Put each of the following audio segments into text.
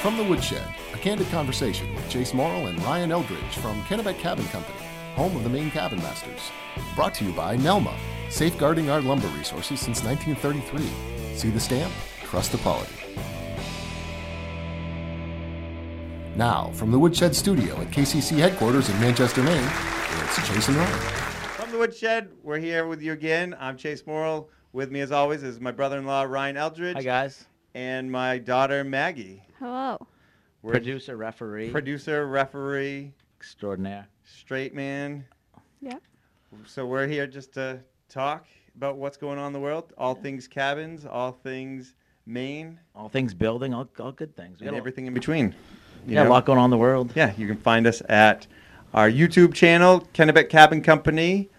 From the Woodshed, a candid conversation with Chase Morrill and Ryan Eldridge from Kennebec Cabin Company, home of the Maine Cabin Masters. Brought to you by NELMA, safeguarding our lumber resources since 1933. See the stamp, trust the quality. Now, from the Woodshed Studio at KCC headquarters in Manchester, Maine, it's Chase and Ryan. From the Woodshed, we're here with you again. I'm Chase Morrill. With me, as always, is my brother-in-law Ryan Eldridge Hi guys. and my daughter Maggie. Hello. We're Producer, referee, producer, referee, extraordinaire. straight man. Yeah. So we're here just to talk about what's going on in the world, all things cabins, all things Maine, All things building, all, all good things. We and got a- everything in between. you yeah, a know? lot going on in the world. Yeah, you can find us at our YouTube channel, Kennebec Cabin Company,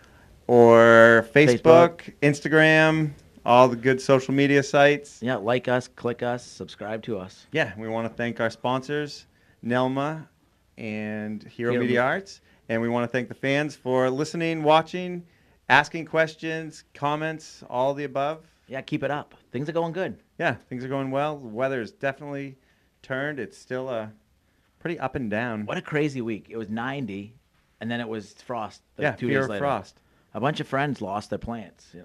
or Facebook, Instagram, all the good social media sites. Yeah, like us, click us, subscribe to us. Yeah, we want to thank our sponsors, Nelma and Hero Media Hero Media. Arts. And we want to thank the fans for listening, watching, asking questions, comments, all the above. Yeah, keep it up. Things are going good. Yeah, things are going well. The weather is definitely turned. It's still uh, pretty up and down. What a crazy week. It was 90, and then it was frost. Like yeah, two fear days of later. frost. A bunch of friends lost their plants. Yeah.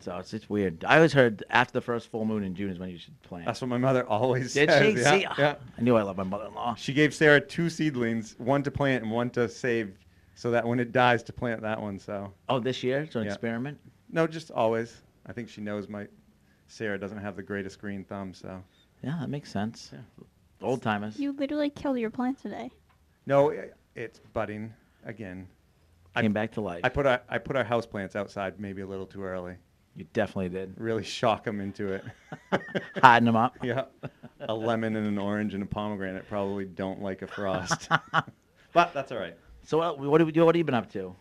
So it's just weird. I always heard after the first full moon in June is when you should plant. That's what my mother always Did says. she? Yeah, See, yeah. I knew I loved my mother-in-law. She gave Sarah two seedlings, one to plant and one to save, so that when it dies, to plant that one. So Oh, this year? It's an Yeah. experiment? no, just always. I think she knows my Sarah doesn't have the greatest green thumb. So Yeah, that makes sense. Old timers. You literally killed your plant today. no, i- it's budding again. I- Came back to life. I put our I put our house plants outside maybe a little too early. you definitely did. Really shock them into it. Hiding them up. yeah, a lemon and an orange and a pomegranate probably don't like a frost, but that's all right. So uh, what have you, what have you been up to?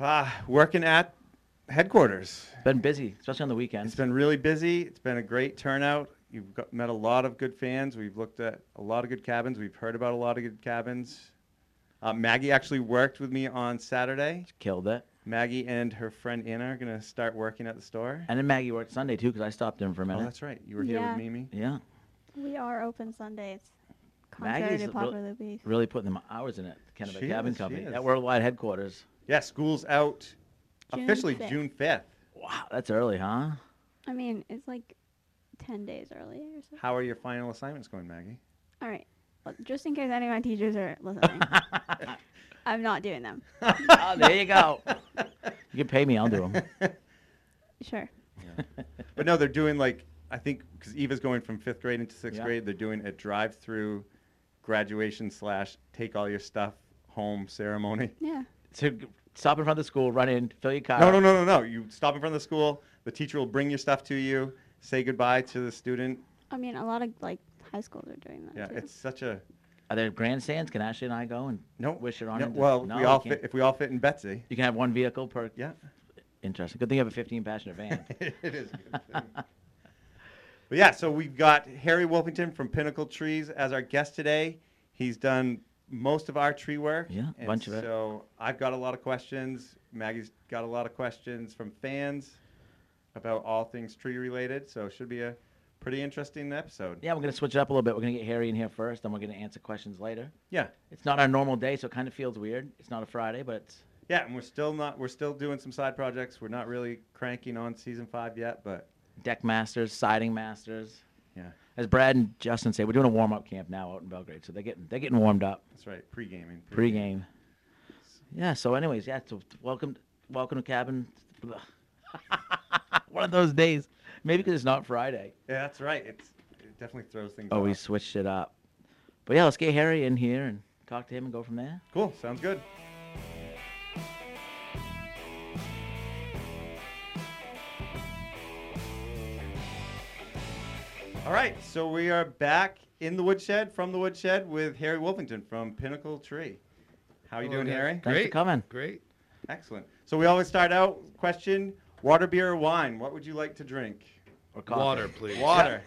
Ah, working at headquarters. Been busy, especially on the weekends. It's been really busy. It's been a great turnout. You've got, met a lot of good fans. We've looked at a lot of good cabins. We've heard about a lot of good cabins. Uh, Maggie actually worked with me on Saturday. Killed it. Maggie and her friend Anna are going to start working at the store. And then Maggie worked Sunday too because I stopped in for a Oh, minute. that's right. You were here Yeah. with Mimi. yeah, We are open Sundays. Contrary Maggie's a to real- popular belief. really putting them hours in it. Kennebec She Cabin is, she Company is. at Worldwide Headquarters. Yeah, school's out June officially 5th. June 5th. Wow, that's early, huh? I mean, it's like 10 days early or so. How are your final assignments going, Maggie? All right. Well, just in case any of my teachers are listening, I'm not doing them. oh, there you go. You can pay me, I'll do them. Sure. But no, they're doing like I think because Eva's going from fifth grade into sixth Yeah. grade. They're doing a drive-through graduation slash take all your stuff home ceremony. Yeah. So g- stop in front of the school, run in, fill your car. No, no, no, no, no. You stop in front of the school. The teacher will bring your stuff to you. Say goodbye to the student. I mean, a lot of like high schools are doing that. Yeah, too. it's such a Are there grandstands? Can Ashley and I go and no. wish her on? no, into- well, no, we all can't. fit, if we all fit in Betsy. You can have one vehicle per. Yeah, Interesting. Good thing you have a 15 passenger van. it is. a Good thing. but yeah, so we've got Harry Wolpington from Pinnacle Trees as our guest today. He's done most of our tree work. Yeah, and bunch of it. So I've got a lot of questions. Maggie's got a lot of questions from fans about all things tree related. So it should be a pretty interesting episode. yeah, we're going to switch it up a little bit. We're going to get Harry in here first, then we're going to answer questions later. Yeah. It's not our normal day, so it kind of feels weird. It's not a Friday, but it's, Yeah, and we're still not we're still doing some side projects. We're not really cranking on season five yet, but deck masters, siding masters. yeah, As Brad and Justin say, we're doing a warm up camp now out in Belgrade, so they're getting they're getting warmed up that's right. Pre gaming. pre game. Yeah. So, anyways, yeah. So welcome, welcome to cabin. One of those days, maybe because it's not Friday. Yeah, that's right. It's it definitely throws things. Oh, we off. switched it up. But yeah, let's get Harry in here and talk to him and go from there. cool. Sounds good. All right, so we are back in the woodshed from the woodshed with Harry Wolfington from Pinnacle Tree. How you Hello, doing, guys. Harry? Thanks for Great. coming. Great. Excellent. So we always start out question: water, beer, or wine. What would you like to drink? Or coffee. Water, please. Water.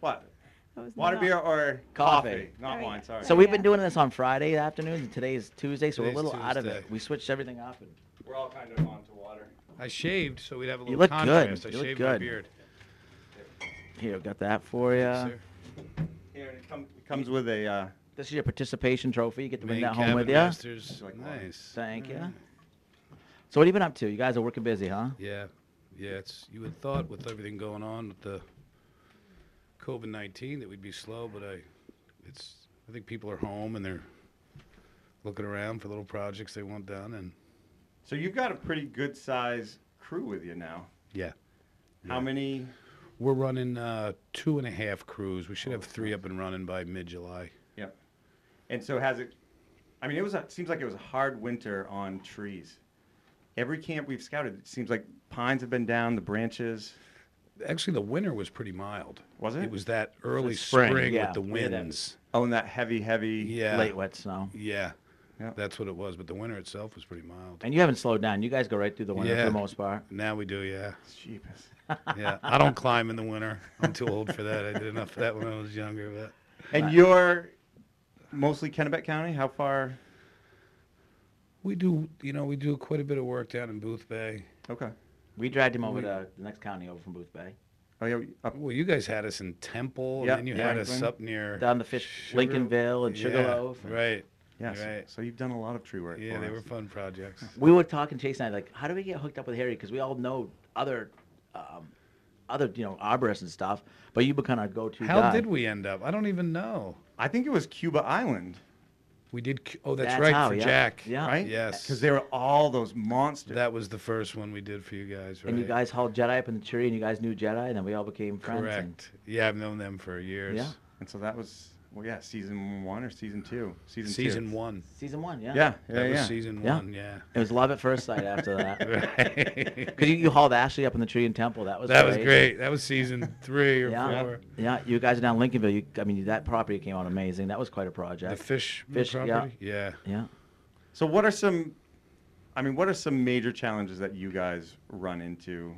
What? That was Water, not- beer, or coffee? Coffee. Not There we wine. go. Sorry. So we've been doing this on Friday afternoons. and Today's Tuesday, so we're a Today's little out of it. Tuesday. We switched everything up. And we're all kind of on to water. I shaved, so we'd have a little look good. contrast. You I look shaved good. my beard. Here, got that for you. Yes, sir. it come- it comes with a. Uh, This is your participation trophy. You get to bring Main that home with cabin you. masters. Like water. nice. Thank you. Alright. So what have you been up to? You guys are working busy, huh? Yeah, yeah. It's you would thought with everything going on with the COVID nineteen that we'd be slow, but I, it's I think people are home and they're looking around for little projects they want done, and so you've got a pretty good size crew with you now. yeah, How Yeah. many? we're running uh, two and a half crews. We should Oh, have three up and running by mid July. Yep. And so has it? I mean, it was. A, seems like it was a hard winter on trees. Every camp we've scouted, it seems like pines have been down. The branches. Actually, the winter was pretty mild. Was it? It was that early spring, spring, yeah. with the We had that- winds. Oh, and that heavy, heavy. Yeah. Late wet snow. Yeah. Yeah. That's what it was, but the winter itself was pretty mild. And you haven't slowed down. You guys go right through the winter for Yeah. the most part. Now we do, yeah. Jeepers. Yeah. I don't climb in the winter. I'm too old for that. I did enough of that when I was younger, but And you're mostly Kennebec County. How far? we do, you know, we do quite a bit of work down in Booth Bay. Okay. We dragged him over to the next county over from Booth Bay. Oh yeah. we- Up, Well, you guys had us in Temple, Yeah, and then you had us Franklin. up near Down the fish Sugar- Lincolnville and Yeah, Sugarloaf. and- Right. yeah. so- Right. So, you've done a lot of tree work. Yeah, for they us. were fun projects. We were talking Chase and I like, how do we get hooked up with Harry? Because we all know other, um, other you know arborists and stuff. But you become our go-to How guy. did we end up? I don't even know. I think it was Cuba Island, We did. cu- Oh, that's, That's right how, for yeah. Jack. Yeah. right? Yes. Because there were all those monsters. That was the first one we did for you guys, right? And you guys hauled Jedi up in the tree, and you guys knew Jedi, and then we all became friends. and- Correct. Yeah, I've known them for years. Yeah. and so that was, well, yeah, season one or season two? Season two. Season one. season one, yeah. Yeah. Yeah. That was yeah. season Yeah. one. Yeah. It was love at first sight after that. Right. Because you, you hauled Ashley up in the tree in Temple. That was that great. was great. That was season three or Yeah. four. Yeah. You guys are down in Lincolnville. You, I mean, that property came out amazing. That was quite a The project. fish, Fish, yeah. property. Yeah. yeah. So what are some? I mean, what are some major challenges that you guys run into?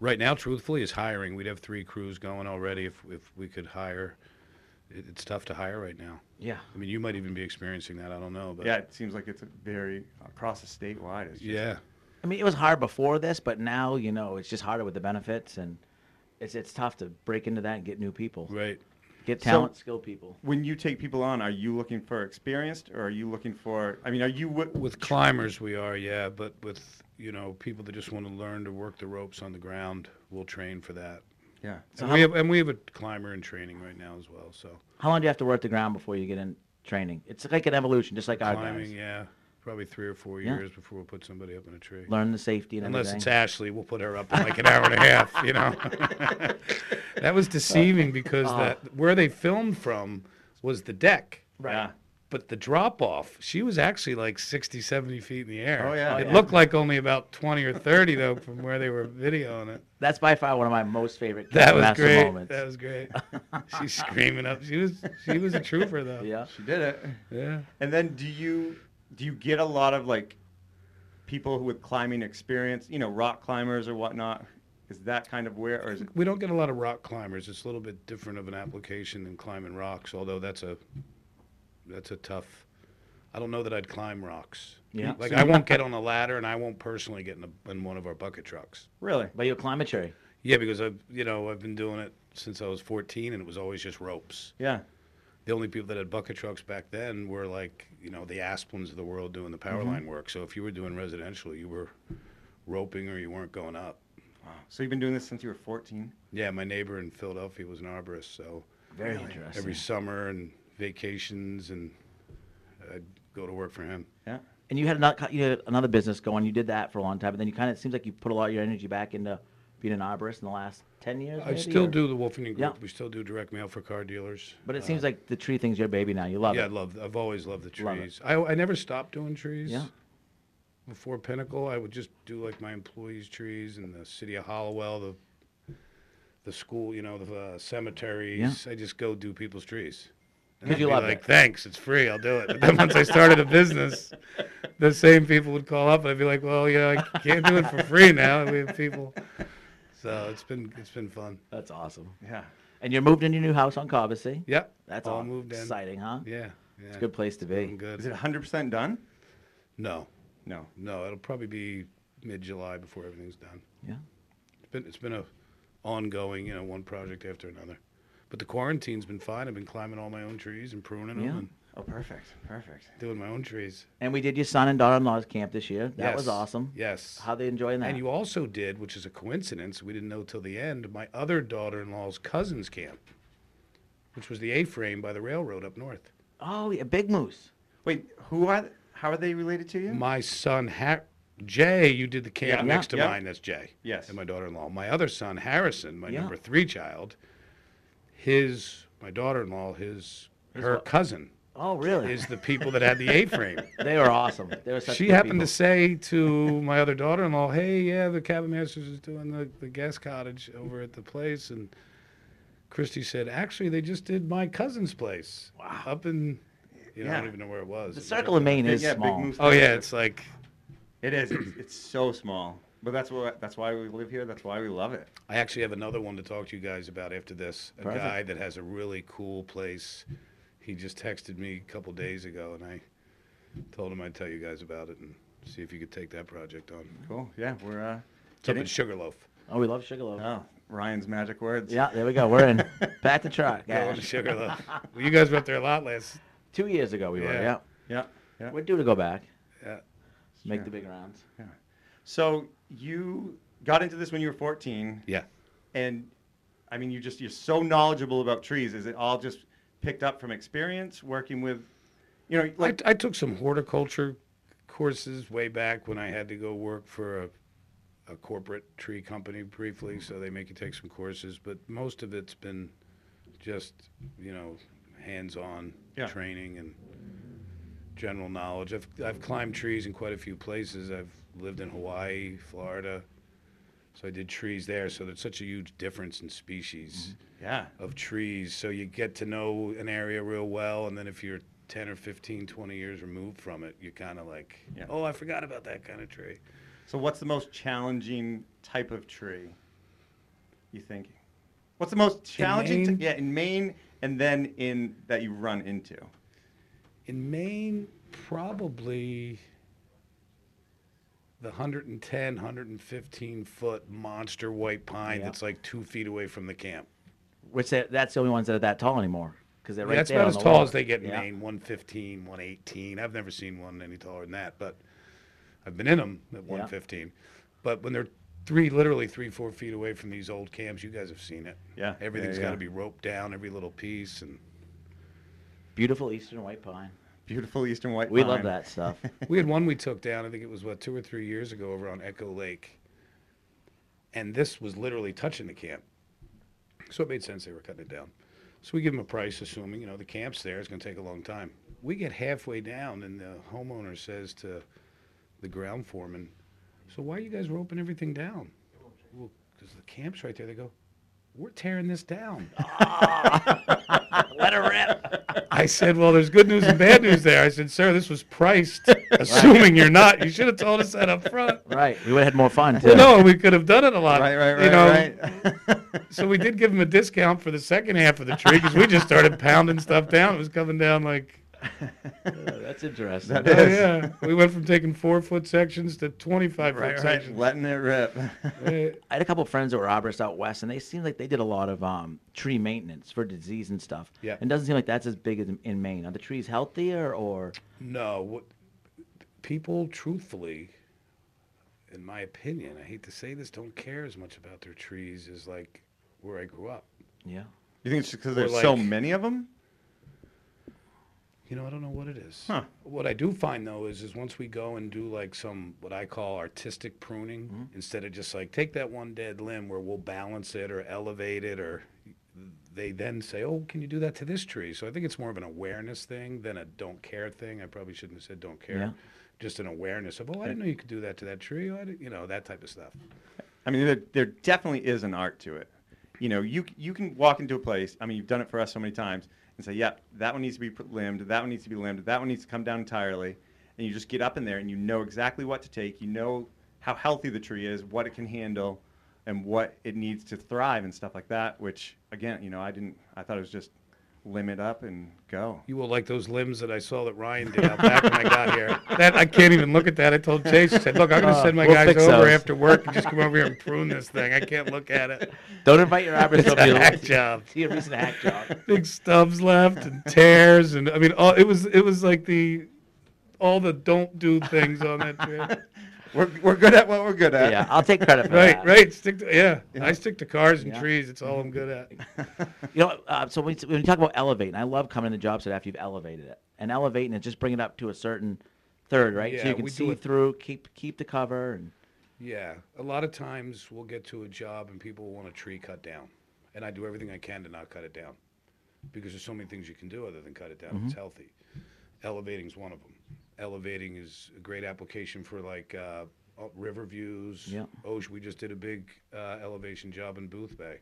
Right now, truthfully, is hiring. We'd have three crews going already if if we could hire. It, it's tough to hire right now. Yeah. I mean, you might even be experiencing that. I don't know, but Yeah, it seems like it's a very across the statewide. It's just, yeah. I mean, it was hard before this, but now, you know, it's just harder with the benefits, and it's, it's tough to break into that and get new people, Right. get So- talent, skilled people. When you take people on, are you looking for experienced, or are you looking for? I mean, are you wi- With climbers, we are, yeah, but with you know people that just want to learn to work the ropes on the ground, we'll train for that. Yeah. and we have and we have a climber in training right now as well. So How long do you have to work the ground before you get in training? It's like an evolution, just like our climbing, guys. yeah, probably three or four Ah, Yeah. years before we'll put somebody up in a tree. Learn the safety and Unless everything. it's Ashley, we'll put her up in like an hour and a half. You know, that was deceiving because that where they filmed from was the deck. Yeah. But the drop off, she was actually like 60, 70 feet in the air. Oh, yeah. It Oh, yeah. looked like only about 20 or 30, though, from where they were videoing it. That's by far one of my most favorite That was Master great. moments. That was great. She's screaming up. She was she was a trooper though. yeah. She did it. Yeah. And then do you do you get a lot of like people who with climbing experience, you know, rock climbers or whatnot? Is that kind of where, or is it? We don't get a lot of rock climbers. It's a little bit different of an application than climbing rocks, although that's a that's a tough I don't know that I'd climb rocks. Yeah. Like I won't get on a ladder and I won't personally get in, a, in one of our bucket trucks. Really? But you'll climb a tree. Yeah, because I've you know, I've been doing it since I was 14 and it was always just ropes. Yeah. the only people that had bucket trucks back then were like you know the Asplins of the world doing the power line work. So if you were doing residential, you were roping or you weren't going up. So you've been doing this since you were 14? Yeah, my neighbor in Philadelphia was an arborist, so Very interesting. every summer and vacations and I'd go to work for him. Yeah. and you had another you had another business going. You did that for a long time, and then you kind of it seems like you put a lot of your energy back into being an arborist in the last ten years. I maybe, still or- do the Wolfenden Group. Yeah. We still do direct mail for car dealers. But it seems like the tree thing's your baby now. You love Uh, yeah, I it. love. I've always loved the Love it. trees. I I never stopped doing trees. Yeah. Before Pinnacle, I would just do like my employees' trees and the city of Hollowell, the the school, you know, the uh, cemeteries. I just go do people's trees. And 'Cause I'd you be love like, it. thanks, it's free, I'll do it. But then once I started a business, the same people would call up and I'd be like, well, you know, I can't do it for free now. And we have people. So it's been it's been fun. That's awesome. Yeah. And you're moved into your new house on Cobbessy. Yep. That's all aw- moved in. Exciting, huh? Yeah. Yeah. It's a good place to I'm be. good. Is it 100% done? No, No. no, it'll probably be mid-July before everything's done. Yeah. It's been it's been a ongoing, you know, one project after another. But the quarantine's been fine. I've been climbing all my own trees and pruning Yeah. them and Oh, perfect, perfect. doing my own trees. And we did your son and daughter-in-law's camp this year. That was Yes. awesome. Yes. How they enjoying that? And you also did, which is a coincidence, we didn't know till the end, my other daughter in law's cousin's camp, which was the A frame by the railroad up north. oh, yeah, Big Moose. Wait, who are? th- How are they related to you? My son, ha- Jay, you did the camp Yeah. next to Yeah. mine. That's Jay. Yes. And my daughter in law. My other son, Harrison, my Yeah. number three child, his, my daughter in law, his, her what? cousin Oh, really? is the people that had the A frame. they were awesome. They were such she good happened people. to say to my other daughter-in-law, "Hey, yeah, the cabin masters is doing the, the guest cottage over at the place," and Christy said, "Actually, they just did my cousin's place Wow. up in, you know, I Yeah. don't even know where it was. the It was circle up of Maine Yeah, is yeah, Big small. Moose. there. Oh yeah, it's like It is. It's, it's so small. But that's what. That's why we live here. That's why we love it. I actually have another one to talk to you guys about after this. A Perfect. guy that has a really cool place. He just texted me a couple days ago, and I told him I'd tell you guys about it and see if you could take that project on. Cool. Yeah, we're. uh It's up Get in it? Sugarloaf. Oh, we love Sugarloaf. Oh, Ryan's magic words. Yeah, there we go. We're in. Back to truck. Go on to Sugarloaf. well, you guys were up there a lot last Two years ago we were. Yeah. Yeah. Yeah. Yeah. We're due to go back. Yeah. Make Sure. the big rounds. So you got into this when you were 14, Yeah. and I mean, you just you're so knowledgeable about trees. Is it all just picked up from experience working with, you know, like I, I took some horticulture courses way back when I had to go work for a, a corporate tree company briefly, so they make you take some courses, but most of it's been just, you know, hands on Yeah. training and general knowledge. I've, I've climbed trees in quite a few places. I've lived in Hawaii, Florida, so I did trees there, so there's such a huge difference in species Mm-hmm. yeah, of trees so you get to know an area real well and then if you're 10 or 15 20 years removed from it you're kind of like Yeah. oh i forgot about that kind of tree So, what's the most challenging type of tree? You think? What's the most challenging? Maine? yeah, in Maine, and then in that you run into. in maine probably the 110 115 foot monster white pine Yeah. that's like two feet away from the camp Which they, that's the only ones that are that tall anymore because they're right Yeah, that's there. about on as the tall wall. as they get in Yeah. Maine. One fifteen, one eighteen. I've never seen one any taller than that, but I've been in them at one fifteen. But when they're three, literally three, four feet away from these old camps, you guys have seen it. Yeah, yeah, everything's got yeah. to be roped down, every little piece, and Beautiful eastern white pine. Beautiful eastern white. We love pine. that stuff. we had one we took down. I think it was what two or three years ago over on Echo Lake, and this was literally touching the camp, so it made sense they were cutting it down. So we give them a price, assuming you know the camp's there. It's going to take a long time. We get halfway down, and the homeowner says to the ground foreman, "So why are you guys roping everything down?" Well, because the camp's right there. They go, "We're tearing this down." Let her rip. I said, "Well, there's good news and bad news there." I said, "Sir, this was priced, assuming you're not. You should have told us that up front." Right. We would have had more fun too. Well, no, we could have done it a lot. Right, right, right, you know, right. So we did give him a discount for the second half of the tree because we just started pounding stuff down. It was coming down like, Uh, that's interesting. That oh is- Yes. yeah. We went from taking four foot sections to twenty five right, foot right. sections. Letting it rip. Uh, I had a couple friends that were arborists out west, and they seemed like they did a lot of um, tree maintenance for disease and stuff. Yeah. And it doesn't seem like that's as big as in- in Maine. Are the trees healthier or? No, what people truthfully, in my opinion, I hate to say this, don't care as much about their trees as like where I grew up. Yeah. you think it's because Or there's so like- many of them? You know, I don't know what it is. Huh. What I do find though is, is once we go and do like some what I call artistic pruning, instead of just like take that one dead limb where we'll balance it or elevate it, or they then say, "Oh, can you do that to this tree?" So I think it's more of an awareness thing than a don't care thing. I probably shouldn't have said don't care. Yeah. Just an awareness of, "Oh, I didn't know you could do that to that tree." Oh, I didn't, you know, that type of stuff. I mean, there, there definitely is an art to it. You know, you you can walk into a place. I mean, you've done it for us so many times, and say, "Yep, that one needs to be pr- limbed. That one needs to be limbed. That one needs to come down entirely." And you just get up in there, and you know exactly what to take. You know how healthy the tree is, what it can handle, and what it needs to thrive and stuff like that. Which, again, you know, I didn't. I thought it was just limb it up and go. You will like those limbs that I saw that Ryan did out back when I got here. That I can't even look at that. I told Chase, I said, "Look, I'm going to send my Oh, we'll guys fix over those. after work and just come over here and prune this thing. I can't look at it. Don't invite your arborist It's over a your hack job. See a recent hack job. Big stubs left and tears, and I mean, all, it was it was like the all the don't do things on that trip. We're, we're good at what we're good at. Yeah, I'll take credit for Right, that. right. Stick to yeah. I stick to cars and Yeah. trees. It's all I'm good at. You know, uh, so when, when you talk about elevating, I love coming to job site after you've elevated it and elevating it, just bring it up to a certain third, right? so Yeah, you can we do see it- through, keep keep the cover, and Yeah, a lot of times we'll get to a job and people want a tree cut down, and I do everything I can to not cut it down, because there's so many things you can do other than cut it down. if It's healthy. Elevating is one of them. Elevating is a great application for like uh, uh, river views. Yeah. Osh, we just did a big uh, elevation job in Booth Bay.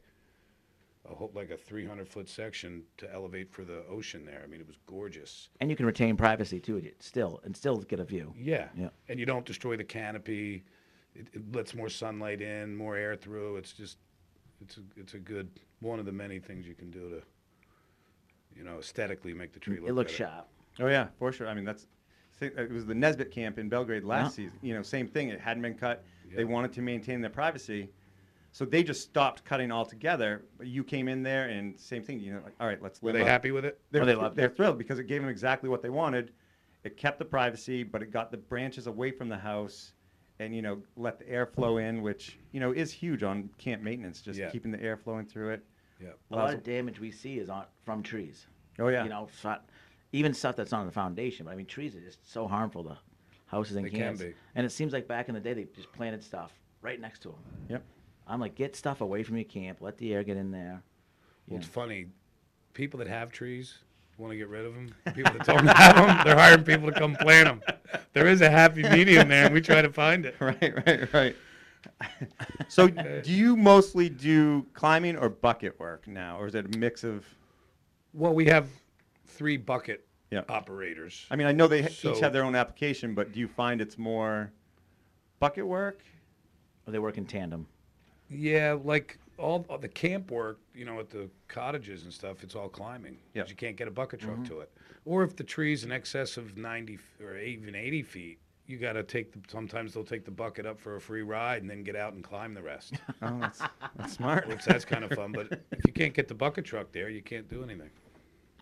I hope like a 300 foot section to elevate for the ocean there. I mean, it was gorgeous. and you can retain privacy too, it- still, and still get a view. Yeah. Yeah. And you don't destroy the canopy. It, it lets more sunlight in, more air through. It's just, it's a, it's a good one of the many things you can do to, you know, aesthetically make the tree look. It looks better. sharp. Oh yeah, for sure. I mean, that's sa- uh, it was the Nesbitt camp in Belgrade last season. You know, same thing. It hadn't been cut. They Yeah. wanted to maintain their privacy, so they just stopped cutting altogether. But you came in there, and same thing. You know, like, all right, let's. Were limb they up. happy with it? They're, Oh, they thr- loved they're thrilled because it gave them exactly what they wanted. It kept the privacy, but it got the branches away from the house, and you know, let the air flow in, which you know is huge on camp maintenance. Just Yeah. keeping the air flowing through it. Yeah. A lot of damage we see is on from trees. Oh, yeah. you know, shot, even stuff that's on the foundation. But I mean, trees are just so harmful to houses and They can camps. be. And it seems like back in the day they just planted stuff right next to them. Yep. I'm like, get stuff away from your camp. Let the air get in there. Well, it's Yeah. funny. People that have trees want to get rid of them. People that don't have them, they're hiring people to come plant them. There is a happy medium there, and we try to find it. right, right, right. so, do you mostly do climbing or bucket work now, or is it a mix of? Well, we have three bucket Yeah. operators. I mean, I know they each So- have their own application, but do you find it's more bucket work? Or they work in tandem. Yeah, like all, all the camp work, you know, at the cottages and stuff, it's all climbing. 'cause Yep. You can't get a bucket truck to it. Or if the tree's in excess of 90 f- or even 80 feet, you got to take the, sometimes they'll take the bucket up for a free ride and then get out and climb the rest. Oh, that's, that's smart. Which that's kind of fun, but if you can't get the bucket truck there, you can't do anything.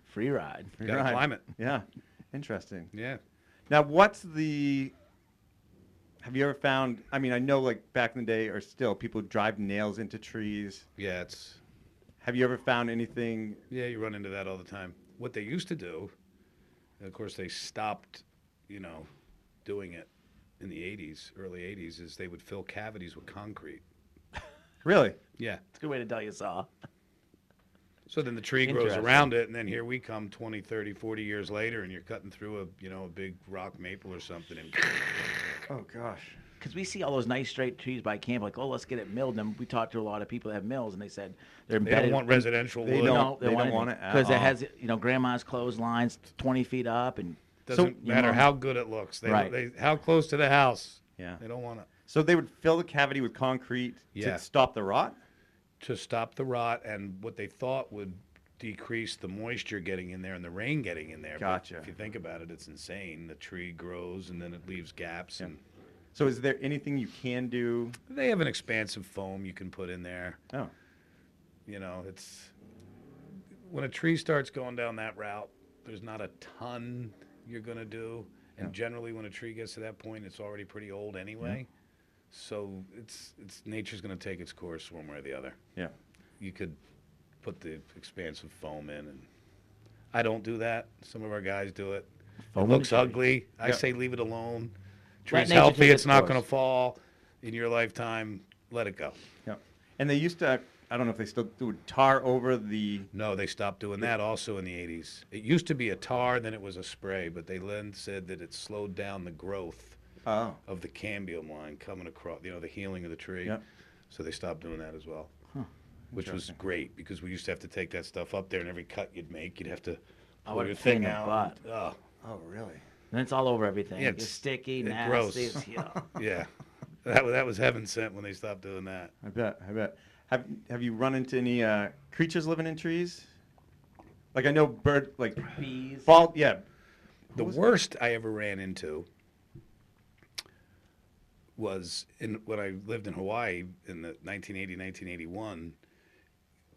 Free ride. You got to climb it. Yeah, interesting. Yeah. Now, what's the? Have you ever found? I mean, I know like back in the day, or still, people drive nails into trees. Yeah, it's Have you ever found anything? Yeah, you run into that all the time. What they used to do, and of course, they stopped, you know, doing it in the 80s, early 80s, is they would fill cavities with concrete. Really? Yeah. It's a good way to dull your saw. So then the tree grows Interesting. around it, and then here we come 20, 30, 40 years later, and you're cutting through a, you know, a big rock maple or something. And Oh gosh. Because we see all those nice straight trees by camp, like, oh, let's get it milled. And we talked to a lot of people that have mills, and they said they're they embedded. don't want residential They wood. don't- they don't want it at because all. it has you know grandma's clotheslines 20 feet up and Doesn't you matter know, how good it looks. They, Right. they, how close to the house. Yeah. They don't want it. So they would fill the cavity with concrete Yeah. to stop the rot. to stop the rot and what they thought would decrease the moisture getting in there and the rain getting in there. But Gotcha. if you think about it, it's insane. The tree grows and then it leaves gaps and So is there anything you can do? they have an expansive foam you can put in there. Oh, You know, it's when a tree starts going down that route, there's not a ton you're gonna do. And generally when a tree gets to that point it's already pretty old anyway. So it's it's nature's gonna take its course one way or the other. yeah. you could put the expansive foam in and I don't do that. Some of our guys do it. Foam in it the looks tree. ugly. I Yeah. say leave it alone. Let Tree's nature healthy, take it's its not course. gonna fall in your lifetime. Let it go. Yeah. And they used to, I don't know if they still do it, tar over the, No, they stopped doing that also in the eighties. It used to be a tar, then it was a spray, but they then said that it slowed down the growth oh, of the cambium line coming across, you know, the healing of the tree. Yep. So they stopped doing that as well, which was great because we used to have to take that stuff up there, and every cut you'd make, you'd have to Oh, pull what a your pain in thing the out. and- Oh, oh, really? and it's all over everything Yeah, it's, it's- sticky it nasty gross. it's- yeah. yeah, that wa- that was heaven sent when they stopped doing that. I bet, I bet. Have, have you run into any uh, creatures living in trees? Like I know bird like Bees. fall. Yeah, The worst I ever ran into was in when I lived in Hawaii in the 1980, 1981.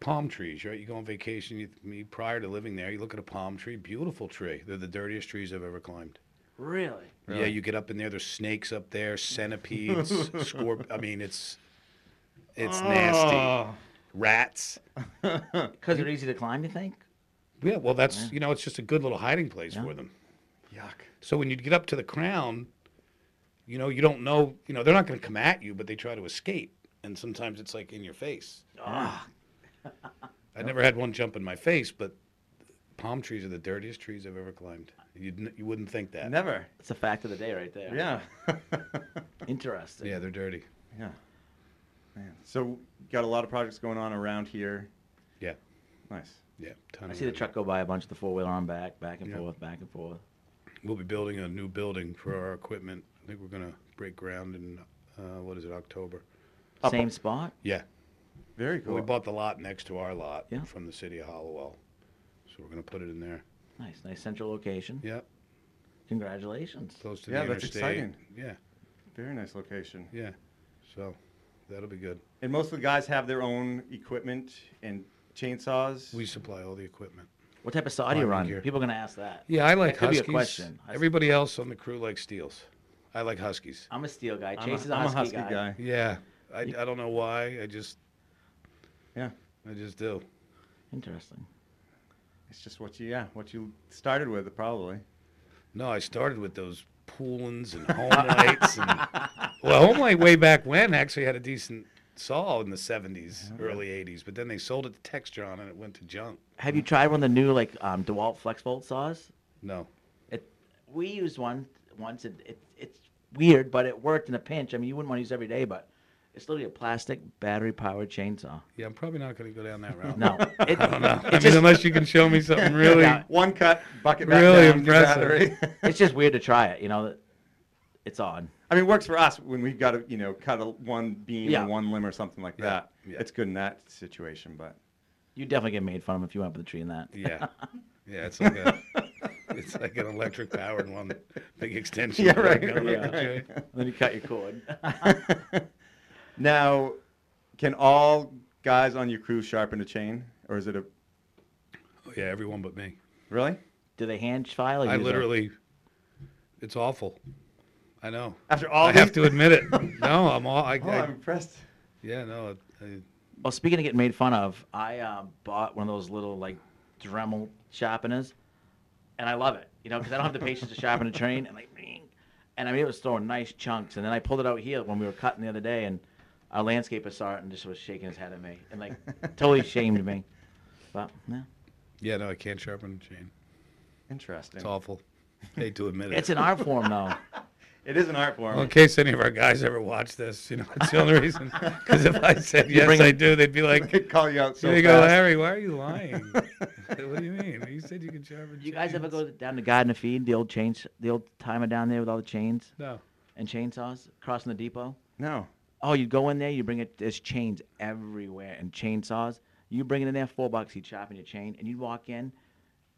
Palm trees, right? You go on vacation. You, me prior to living there, you look at a palm tree, beautiful tree. They're the dirtiest trees I've ever climbed. Really? Yeah, you get up in there. There's snakes up there, centipedes, scorp. I mean, it's it's nasty. Oh. Rats. Because they're easy to climb, you think? Yeah, well, that's you know, it's just a good little hiding place for them. yuck. So when you get up to the crown, you know, you don't know, you know, they're not going to come at you, but they try to escape. And sometimes it's like in your face. Ah, I never had one jump in my face, but palm trees are the dirtiest trees I've ever climbed. You'd, n- you wouldn't think that. Never. it's a fact of the day right there. Yeah. Interesting. Yeah, they're dirty. yeah. Man. So got a lot of projects going on around here. Yeah. Nice. Yeah. ton I of see the them. truck go by a bunch of the four wheeler on back, back and Yeah. forth, back and forth. We'll be building a new building for our equipment. I think we're going to break ground in, uh, what is it, October? Up- Same spot? Yeah. Very cool. We bought the lot next to our lot Yeah. from the city of Hollowell. So we're going to put it in there. Nice, nice central location. Yeah. Congratulations. Close to Yeah, the that's interstate. exciting. Yeah. Very nice location. Yeah. So that'll be good. And most of the guys have their own equipment and chainsaws. We supply all the equipment. What type of saw do you Climbing run? gear. People are gonna ask that. Yeah, I like That could be a huskies. question. Hus- Everybody else on the crew likes steels. I like huskies. I'm a steel guy. I'm, a, Chase is I'm a husky, guy. Yeah. I, I don't know why. I just Yeah. I just do. Interesting. It's just what you yeah what you started with probably. No, I started with those poolins and home lights and well, home light way back when actually had a decent saw in the 70s, Uh-huh. early 80s, but then they sold it to Textron and it went to junk. Have you tried one of the new like um, Dewalt FlexVolt saws? No. It, we used one once. It, it it's weird, but it worked in a pinch. I mean, you wouldn't want to use it every day, but it's literally a plastic battery powered chainsaw. Yeah, I'm probably not going to go down that route. No, it, I don't know. I mean, just- unless you can show me something really Yeah. One cut bucket back Really down, new impressive. battery. it's just weird to try it. You know, it's odd. I mean, it works for us when we've got to, you know, cut a, one beam Yeah. or one limb or something like Yeah, that. yeah. It's good in that situation, but You definitely get made fun of if you went up with a tree in that. Yeah. Yeah, it's like a it's like an electric powered one big extension. Yeah, cord right, going up right, the right. tree. And then you cut your cord. now, can all guys on your crew sharpen a chain, or is it a Oh, Yeah, everyone but me. really? Do they hand file? Or I use a- literally it's awful. I know. After all, I these, have to admit it. No, I'm all I, Oh, I I'm impressed. yeah, no. I, Well, speaking of getting made fun of, I uh, bought one of those little like Dremel sharpeners, and I love it. You know, because I don't have the patience to sharpen a train, and like, bing. and I mean, it was throwing nice chunks. And then I pulled it out here when we were cutting the other day, and our landscaper saw it and just was shaking his head at me, and like totally shamed me. But yeah, yeah, no, I can't sharpen a chain. Interesting. It's awful. hate to admit it. it's an art form though. It is an art form. well, in case any of our guys ever watch this, you know, it's the only reason. Because if I said yes, bring I up- do, they'd be like, They call you out so they go, fast. Larry, why are you lying? what do you mean? You said you could sharpen. You guys ever chains." go down to Gardner Feed, the old chains, the old timer down there with all the chains No. and chainsaws crossing the depot? No. Oh, you go in there, you bring it. There's chains everywhere and chainsaws. You bring it in there, four bucks. He'd chop in your chain, and you'd walk in,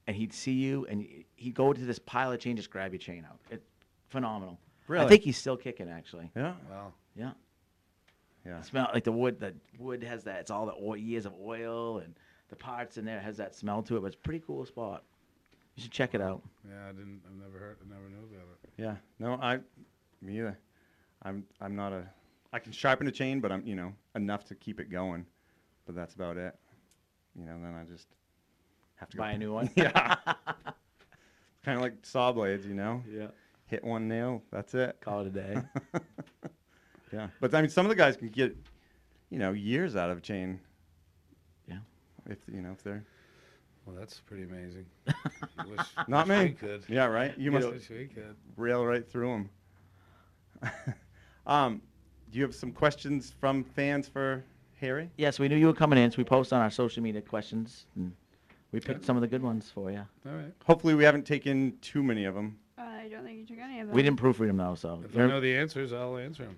and he'd see you, and y- he'd go to this pile of chain, just grab your chain out. It's phenomenal. Really? I think he's still kicking actually. Yeah. Wow. Yeah. Yeah. Smell like the wood. The wood has that. It's all the oil, years of oil and the parts in there has that smell to it. But it's a pretty cool spot. You should check it out. Yeah, I didn't. I've never heard. I never knew about it. Yeah. No, I. Me either. I'm. I'm not a. I can sharpen a chain, but I'm. You know, enough to keep it going. But that's about it. You know, then I just have to go Buy a new one. yeah. kind of like saw blades, you know? yeah. Hit one nail, that's it. Call it a day. Yeah. But I mean, some of the guys can get, you know, years out of a chain yeah. if, you know, if they're. Well, that's pretty amazing. I wish, Not wish me. We could. Yeah, right? You You must wish we could. rail right through them. um, do you have some questions from fans for Harry? Yes, we knew you were coming in, so we post on our social media questions. And we picked some of the good ones for you. All right. Hopefully, we haven't taken too many of them. I don't think you took any of them. We didn't proofread them though, so If I you're- know the answers, I'll answer them.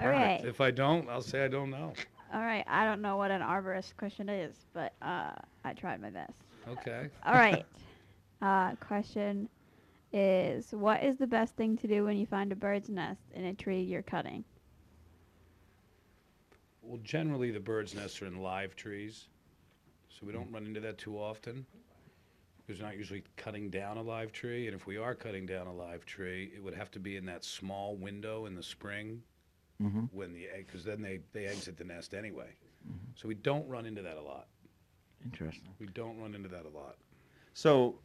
All right. if I don't, I'll say I don't know. All right. I don't know what an arborist question is, but uh, I tried my best. Okay. All right. Uh, question is what is the best thing to do when you find a bird's nest in a tree you're cutting? Well, generally, the bird's nests are in live trees, so we don't run into that too often. Because we're not usually cutting down a live tree, and if we are cutting down a live tree, it would have to be in that small window in the spring Mm-hmm. when the egg, because then they, they exit the nest anyway. So we don't run into that a lot. Interesting. We don't run into that a lot. So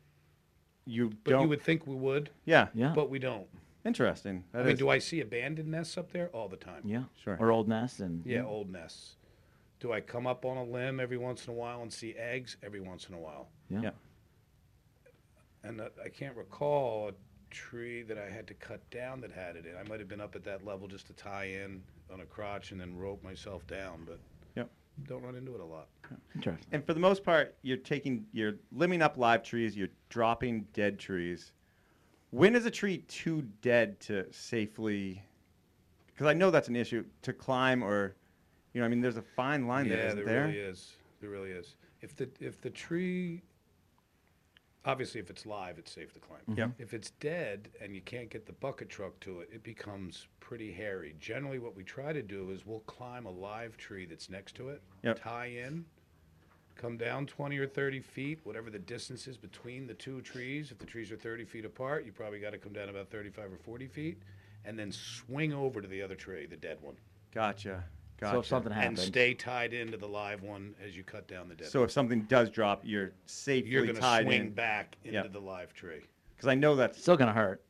you But don't. you would think we would, yeah. Yeah. but we don't. Interesting. That I mean, is- do I see abandoned nests up there all the time? Yeah. Sure. Or old nests and Yeah, Mm-hmm. old nests. Do I come up on a limb every once in a while and see eggs every once in a while? yeah. Yeah. and uh, I can't recall a tree that I had to cut down that had it in. I might have been up at that level just to tie in on a crotch and then rope myself down, but Yep. don't run into it a lot. Interesting. And for the most part, you're taking, you're limbing up live trees, you're dropping dead trees. When is a tree too dead to safely? Because I know that's an issue to climb or, you know, I mean, there's a fine line there, yeah, isn't there, there? really is. There really is. If the if the tree, obviously, if it's live, it's safe to climb. Mm-hmm. Yep. If it's dead and you can't get the bucket truck to it, it becomes pretty hairy. Generally, what we try to do is we'll climb a live tree that's next to it, Yep. tie in, come down 20 or 30 feet, whatever the distance is between the two trees. If the trees are 30 feet apart, you probably got to come down about 35 or 40 feet, and then swing over to the other tree, the dead one, Gotcha. Gotcha. So if something happens, and stay tied into the live one as you cut down the dead. So one. if something does drop, you're safely you're going to tied swing in. back into Yeah. the live tree. Because I know that's still gonna hurt.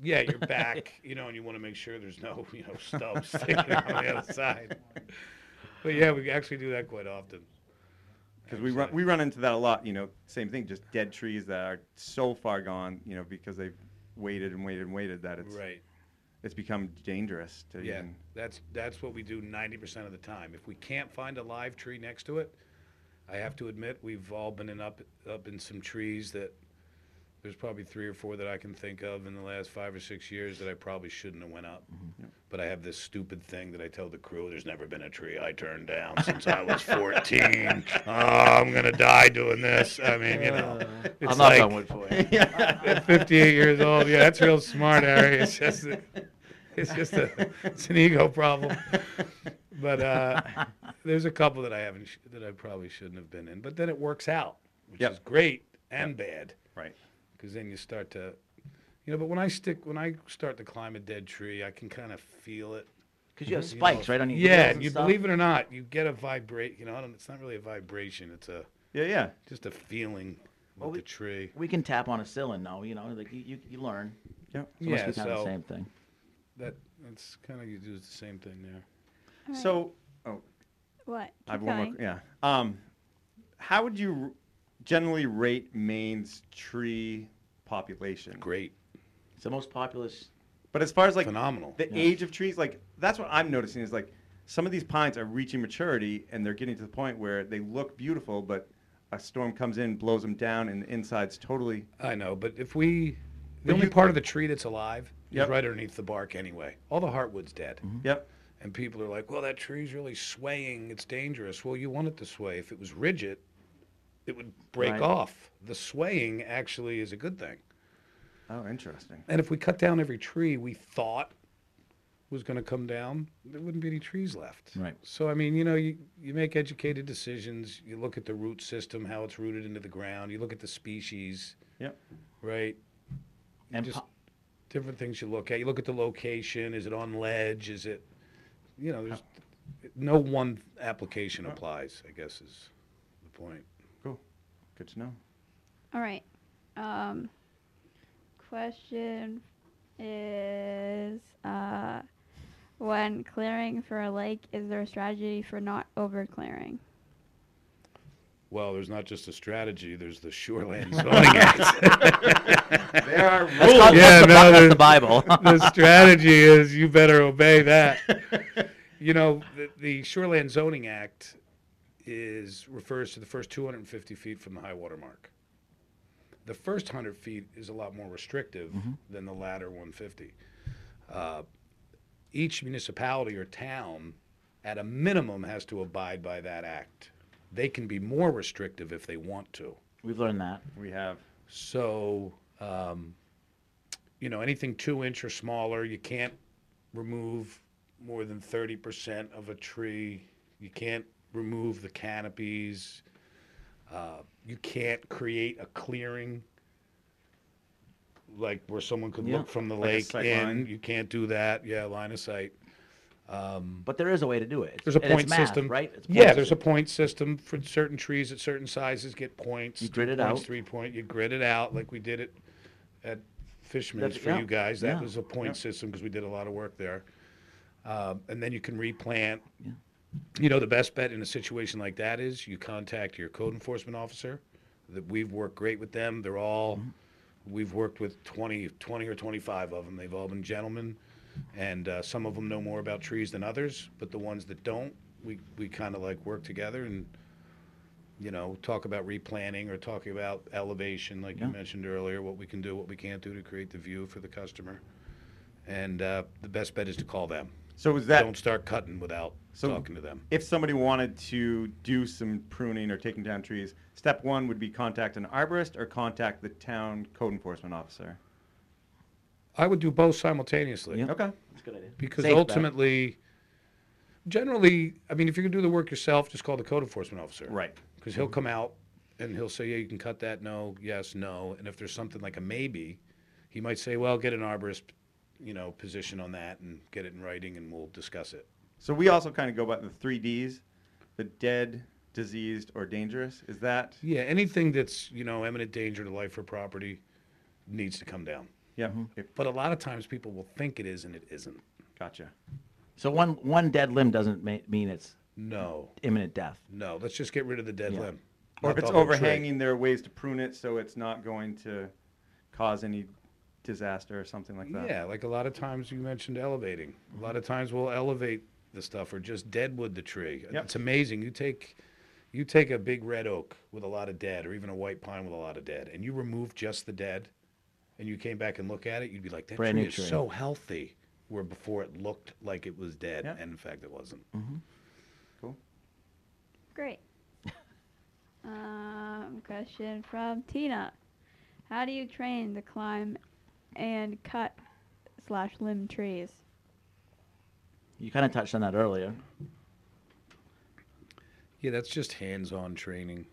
Yeah, you're back, you know, and you want to make sure there's no, you know, stubs sticking out on the other side. But yeah, we actually do that quite often. because we run we run into that a lot. You know, same thing. Just dead trees that are so far gone. You know, because they've waited and waited and waited that it's Right. it's become dangerous to Yeah, even. that's that's what we do 90% of the time. If we can't find a live tree next to it, I have to admit we've all been in up up in some trees that there's probably three or four that I can think of in the last five or six years that I probably shouldn't have went up. Mm-hmm. But I have this stupid thing that I tell the crew: there's never been a tree I turned down since I was 14. oh, I'm gonna die doing this. I mean, you Uh, know, I'll knock it's like on wood for you. at 58 years old. Yeah, that's real smart, Harry. It's just, a, it's just a, it's an ego problem. But uh, there's a couple that I haven't, sh- that I probably shouldn't have been in. But then it works out, which Yep. is great and bad, Right. because then you start to, you know. But when I stick, when I start to climb a dead tree, I can kind of feel it. Because you have spikes right on your heels Yeah, and and you stuff. believe it or not, you get a vibrate. You know, I don't, it's not really a vibration. It's a Yeah. Yeah. just a feeling with Well, we- the tree. we can tap on a ceiling now. You know, like you, you, you learn. Yeah. It must be kind of the same thing. That that's kind of you do the same thing there. So oh, What? I have Keep one more. going. Yeah. Um, how would you r- generally rate Maine's tree population? Great, It's the most populous. But as far as like phenomenal. the age of trees, like that's what I'm noticing is like some of these pines are reaching maturity and they're getting to the point where they look beautiful, but a storm comes in, blows them down, and the inside's totally. I know, but if we, the But only you- part of the tree that's alive Yep. Mm-hmm. is right underneath the bark anyway. All the heartwood's dead, Yep. and people are like, "Well, that tree's really swaying. It's dangerous." Well, you want it to sway. If it was rigid, it would break Right. off. The swaying actually is a good thing. Oh, interesting. And if we cut down every tree we thought was going to come down, there wouldn't be any trees left. Right. So, I mean, you know, you, you make educated decisions. You look at the root system, how it's rooted into the ground. You look at the species, Yep. right? And Just po- different things you look at. You look at the location. Is it on ledge? Is it, you know, there's no one application applies, I guess, is the point. Cool. Good to know. All right. Um, question is uh, when clearing for a lake, is there a strategy for not over clearing? Well, there's not just a strategy, there's the Shoreland Zoning Act. There are that's called- that's the- Yeah, no, that's there's- the Bible. the strategy is you better obey that. you know, the, the Shoreland Zoning Act is refers to the first 250 feet from the high water mark. The first 100 feet is a lot more restrictive than the latter 150. Uh, each municipality or town at a minimum, has to abide by that act. They can be more restrictive if they want to. We've learned that. We have. So, um, you know, anything two inch or smaller, you can't remove more than thirty percent of a tree. You can't remove the canopies. Uh, you can't create a clearing, like where someone could look Yeah, from the like a lake sight in. line. You can't do that. Yeah, line of sight. But there is a way to do it. It's- There's a and it's point math, system, right? It's yeah, point there's a system. point system for certain trees at certain sizes get points. You two grid it points, out. Three point. You grid it out like we did it at Fishman's That's- for yeah, you guys. That yeah, was a point yeah. system because we did a lot of work there. Um, and then you can replant. You know, the best bet in a situation like that is you contact your code enforcement officer. That we've worked great with them. They're all. Mm-hmm. We've worked with 20, 20 or 25 of them. They've all been gentlemen, and uh, some of them know more about trees than others. But the ones that don't, we, we kind of like work together and, you know, talk about replanting or talking about elevation, like you Yeah. mentioned earlier, what we can do, what we can't do to create the view for the customer. And uh, the best bet is to call them. So is that don't start cutting without So- talking to them. if somebody wanted to do some pruning or taking down trees, step one would be contact an arborist or contact the town code enforcement officer. I would do both simultaneously. Yeah. Okay. That's a good idea. Because Safe bet. ultimately, generally, I mean, if you're going to do the work yourself, just call the code enforcement officer. Right. Because he'll come out and he'll say, yeah, you can cut that, no, yes, no. And if there's something like a maybe, he might say, well, get an arborist, you know, position on that and get it in writing and we'll discuss it. So we also kind of go by the three Ds: the dead, diseased, or dangerous. Is that? Yeah, anything that's, you know, imminent danger to life or property needs to come down. Yeah. okay, But a lot of times people will think it is and it isn't. Gotcha. So one one dead limb doesn't ma- mean it's No, imminent death. no, let's just get rid of the dead Yeah. limb. Or Not if the it's whole tree. overhanging, there are ways to prune it so it's not going to cause any disaster or something like that. Yeah, like a lot of times you mentioned elevating. A lot of times we'll elevate the stuff or just deadwood the tree. Yep. It's amazing. You take you take a big red oak with a lot of dead or even a white pine with a lot of dead and you remove just the dead and you came back and look at it, you'd be like, That Brand tree new is tree. so healthy. Where before it looked like it was dead Yeah. and in fact it wasn't. Mm-hmm. Cool. Great. um, question from Tina. How do you train to climb and cut slash limb trees? You kind of touched on that earlier. Yeah, that's just hands on training.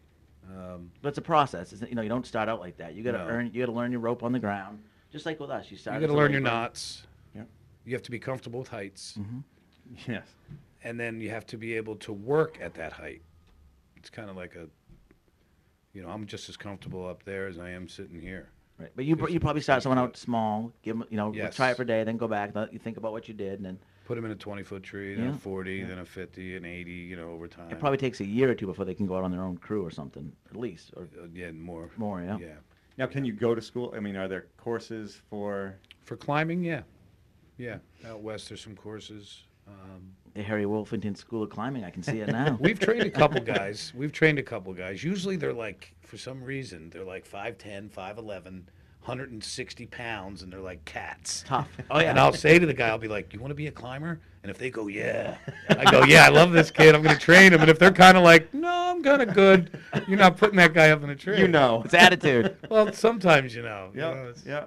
Um, But it's a process. It's, you know, you don't start out like that. You got to No. earn. You got to learn your rope on the ground, just like with us. You start. you as gotta a learn your laborer. knots. Yeah. You have to be comfortable with heights. Yes. and then you have to be able to work at that height. It's kind of like a, you know, I'm just as comfortable up there as I am sitting here. Right. But you pr- you probably start someone out small. Give 'em, you know Yes. try it for a day, then go back. let You think about what you did, and then Put them in a 20 foot tree, then Yeah. a 40, then a 50, an 80, you know, over time. it probably takes a year or two before they can go out on their own crew or something, at least or Uh, yeah, more. more. Yeah. Yeah. Now, can you go to school? I mean, are there courses for? For climbing, yeah. Yeah. Out west, there's some courses. Um, The Harry Wolfington School of Climbing. I can see it now. we've trained a couple guys. We've trained a couple guys. Usually they're like, for some reason, they're like 5'10, 5'11, 160 pounds, and they're like cats. Tough. Oh yeah. And I'll say to the guy, I'll be like, "You want to be a climber?" And if they go, "Yeah," I go, "Yeah, I love this kid. I'm going to train him." And if they're kind of like, "No, I'm kind of good," you're not putting that guy up in a tree. You know. It's attitude. Well, sometimes you know. you know, Yeah. it's Yeah.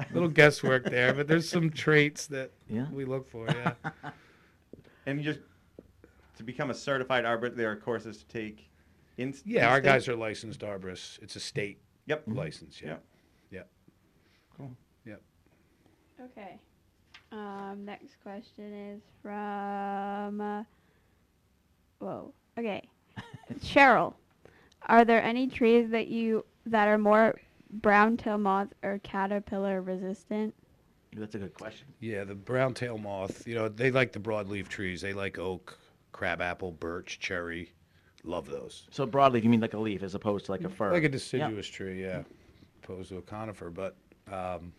a little guesswork there, but there's some traits that Yeah. we look for. Yeah. And you just to become a certified arbiter, there are courses to take. In, Yeah, our guys are licensed arborists. It's a state Mm-hmm. Yep. license. Yeah. Yeah. Yeah. Cool. Yeah. Okay. Um, next question is from. Uh, whoa. Okay. Cheryl, are there any trees that you that are more brown tail moth or caterpillar resistant? That's a good question. Yeah, the brown tail moth, you know, they like the broadleaf trees. They like oak, crabapple, birch, cherry. Love those. So broadly, you mean like a leaf as opposed to like a fir? Mm-hmm. Like a deciduous tree, yeah, opposed to a conifer. But um,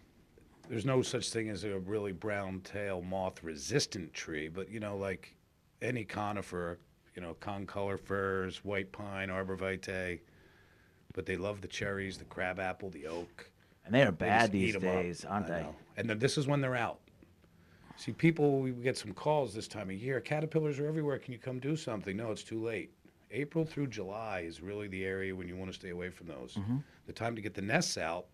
there's no such thing as a really brown tail moth resistant tree. But you know, like any conifer, you know, concolor firs, white pine, arborvitae. But they love the cherries, the crabapple, the oak. And they are They bad just eat these 'em up. days, aren't I they? know. And then this is when they're out. See, people, we get some calls this time of year. Caterpillars are everywhere. Can you come do something? No, it's too late. April through July is really the area when you want to stay away from those. Mm-hmm. The time to get the nests out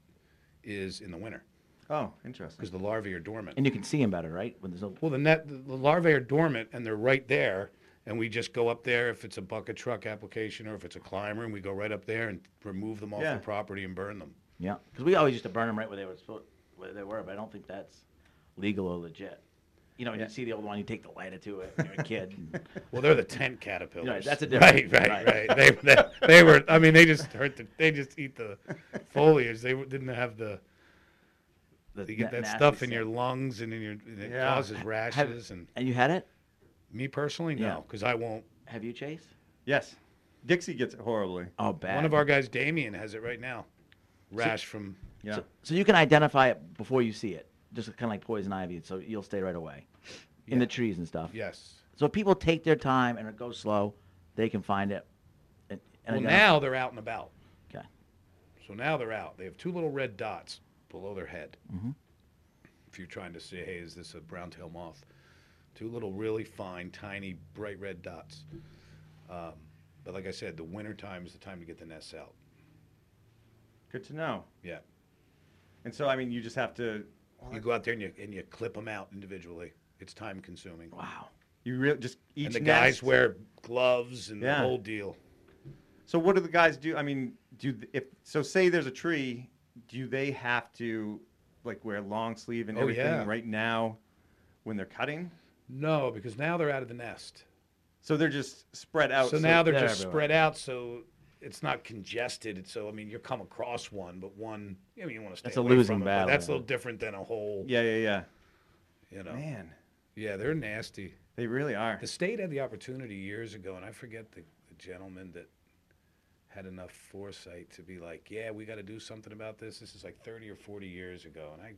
is in the winter Oh, interesting. because the larvae are dormant. And you can see them better, right? When there's no. Well, the net, the larvae are dormant and they're right there. And we just go up there if it's a bucket truck application or if it's a climber, and we go right up there and remove them off Yeah. the property and burn them. Yeah, because we always used to burn them right where they were supposed, where they were, but I don't think that's legal or legit. You know, Yeah. you see the old one, you take the lighter to it. You're a kid. and- Well, they're the tent caterpillars. Right, that's a different- Right, right, right. right. They, they, they were. I mean, they just hurt the. They just eat the foliage. They didn't have the. the You get na- that nasty stuff in your scent. lungs and in your. And it Yeah. causes rashes and. And you had it? Me personally, Yeah. no, because I won't. Have you, Chase? Yes. Dixie gets it horribly. Oh, bad. One of our guys, Damien, has it right now. Rash from. Yeah. So, so you can identify it before you see it, just kind of like poison ivy. So you'll stay right away, in the trees and stuff. Yes. So if people take their time and go slow, they can find it. And, and Well, identify- now they're out and about. Okay. So now they're out. They have two little red dots below their head. If you're trying to say, hey, is this a brown tail moth? Two little really fine, tiny, bright red dots. Um, but like I said, the winter time is the time to get the nests out. Good to know. Yeah. And so, I mean, you just have to. You go out there and you, and you clip them out individually. It's time consuming. Wow. You really just each And the nest- guys wear gloves and Yeah. the whole deal. So what do the guys do? I mean, do th- if so? Say there's a tree. Do they have to like wear long sleeve and Oh, everything yeah. right now when they're cutting? No, because now they're out of the nest. So they're just spread out. so now they're they're just everywhere. spread out, so it's not congested. It's- So I mean, you come across one, but one. I mean, you want to stay. That's a away losing from it, but battle. That's a little different than a whole. Yeah, yeah, You know. yeah. Man, Yeah, they're nasty. they really are. The state had the opportunity years ago, and I forget the, the gentleman that had enough foresight to be like, "Yeah, we got to do something about this." This is like 30 or 40 years ago, and I,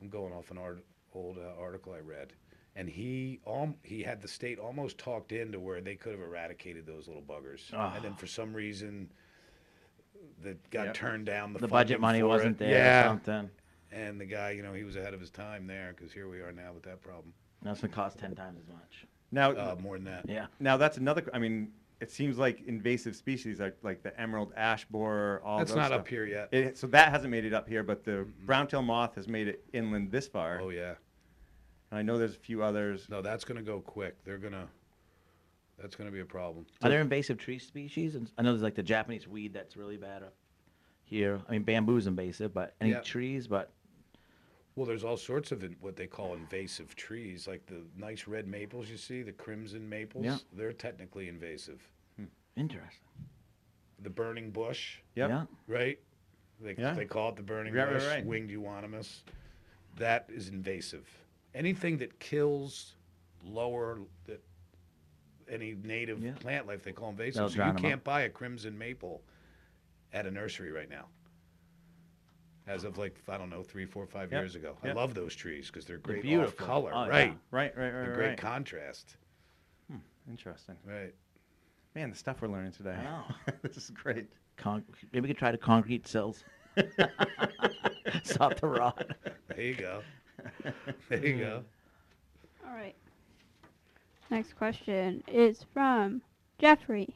I'm going off an art, old uh, article I read, and he um, he had the state almost talked into where they could have eradicated those little buggers, and Ah. then for some reason, that got Yep. turned down. The, The budget funding money for wasn't it. there. Or Yeah, something. and the guy, you know, he was ahead of his time there because here we are now with that problem. That's gonna cost ten times as much. Now, Uh, more than that. Yeah. now that's another. I mean, it seems like invasive species like like the emerald ash borer. All That's those not stuff. up here yet. It, so that hasn't made it up here, but the brown tail moth has made it inland this far. Oh yeah. And I know there's a few others. No, that's gonna go quick. They're gonna, that's gonna be a problem. Are there invasive tree species? And I know there's like the Japanese weed that's really bad up here. I mean, bamboo's invasive, but any Yeah. trees, but Well, there's all sorts of in- what they call invasive trees, like the nice red maples you see, the crimson maples. Yeah. They're technically invasive. interesting. The burning bush, Yep. Yeah. right? They, Yeah. they call it the burning Right, right, bush, right. winged euonymus. That is invasive. Anything that kills lower that any native Yeah. plant life they call That'll invasive. So drown you 'em out. can't buy a crimson maple at a nursery right now. As of like I don't know three, four, five Yep, years ago, I yep. love those trees because they're great off beautiful. color, Oh, yeah. right? Right, right, They're right, great right. contrast, Interesting. right? Man, the stuff we're learning today. I know. this is great. Con- maybe we could try the concrete cells. Stop the rot. There you go. There you go. All right. Next question is from Jeffrey.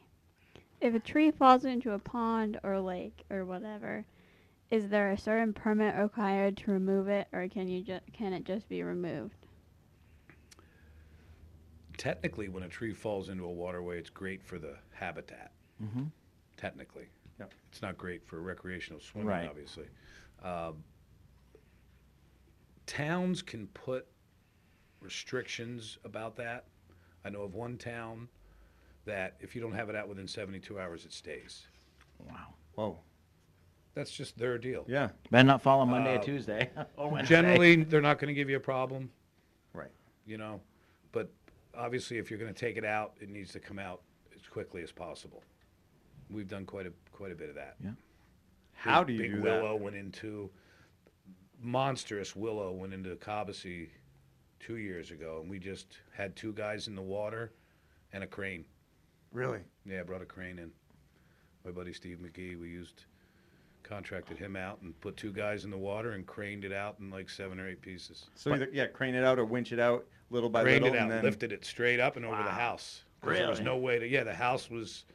If a tree falls into a pond or lake or whatever, is there a certain permit required to remove it, or can you ju- can it just be removed? technically, when a tree falls into a waterway, it's great for the habitat. Technically, Yep. it's not great for recreational swimming, Right. obviously. Um, towns can put restrictions about that. I know of one town that if you don't have it out within 72 hours, it stays. Wow. Whoa. That's just their deal. Yeah. Better not fall on Monday or Uh, Tuesday or Wednesday. Generally, they're not going to give you a problem. Right. you know. But obviously, if you're going to take it out, it needs to come out as quickly as possible. We've done quite a quite a bit of that. Yeah. How Big- do you Big do that? Willow went into monstrous Willow went into Cobbessy two years ago, and we just had two guys in the water and a crane. Really? Yeah, I brought a crane in. My buddy Steve McGee, we used contracted him out and put two guys in the water and craned it out in like seven or eight pieces. So either, yeah, crane it out or winch it out little by Craned little, it out, and then lifted it straight up and over the Wow. house. 'Cause There was Really? no way to. Yeah, the house was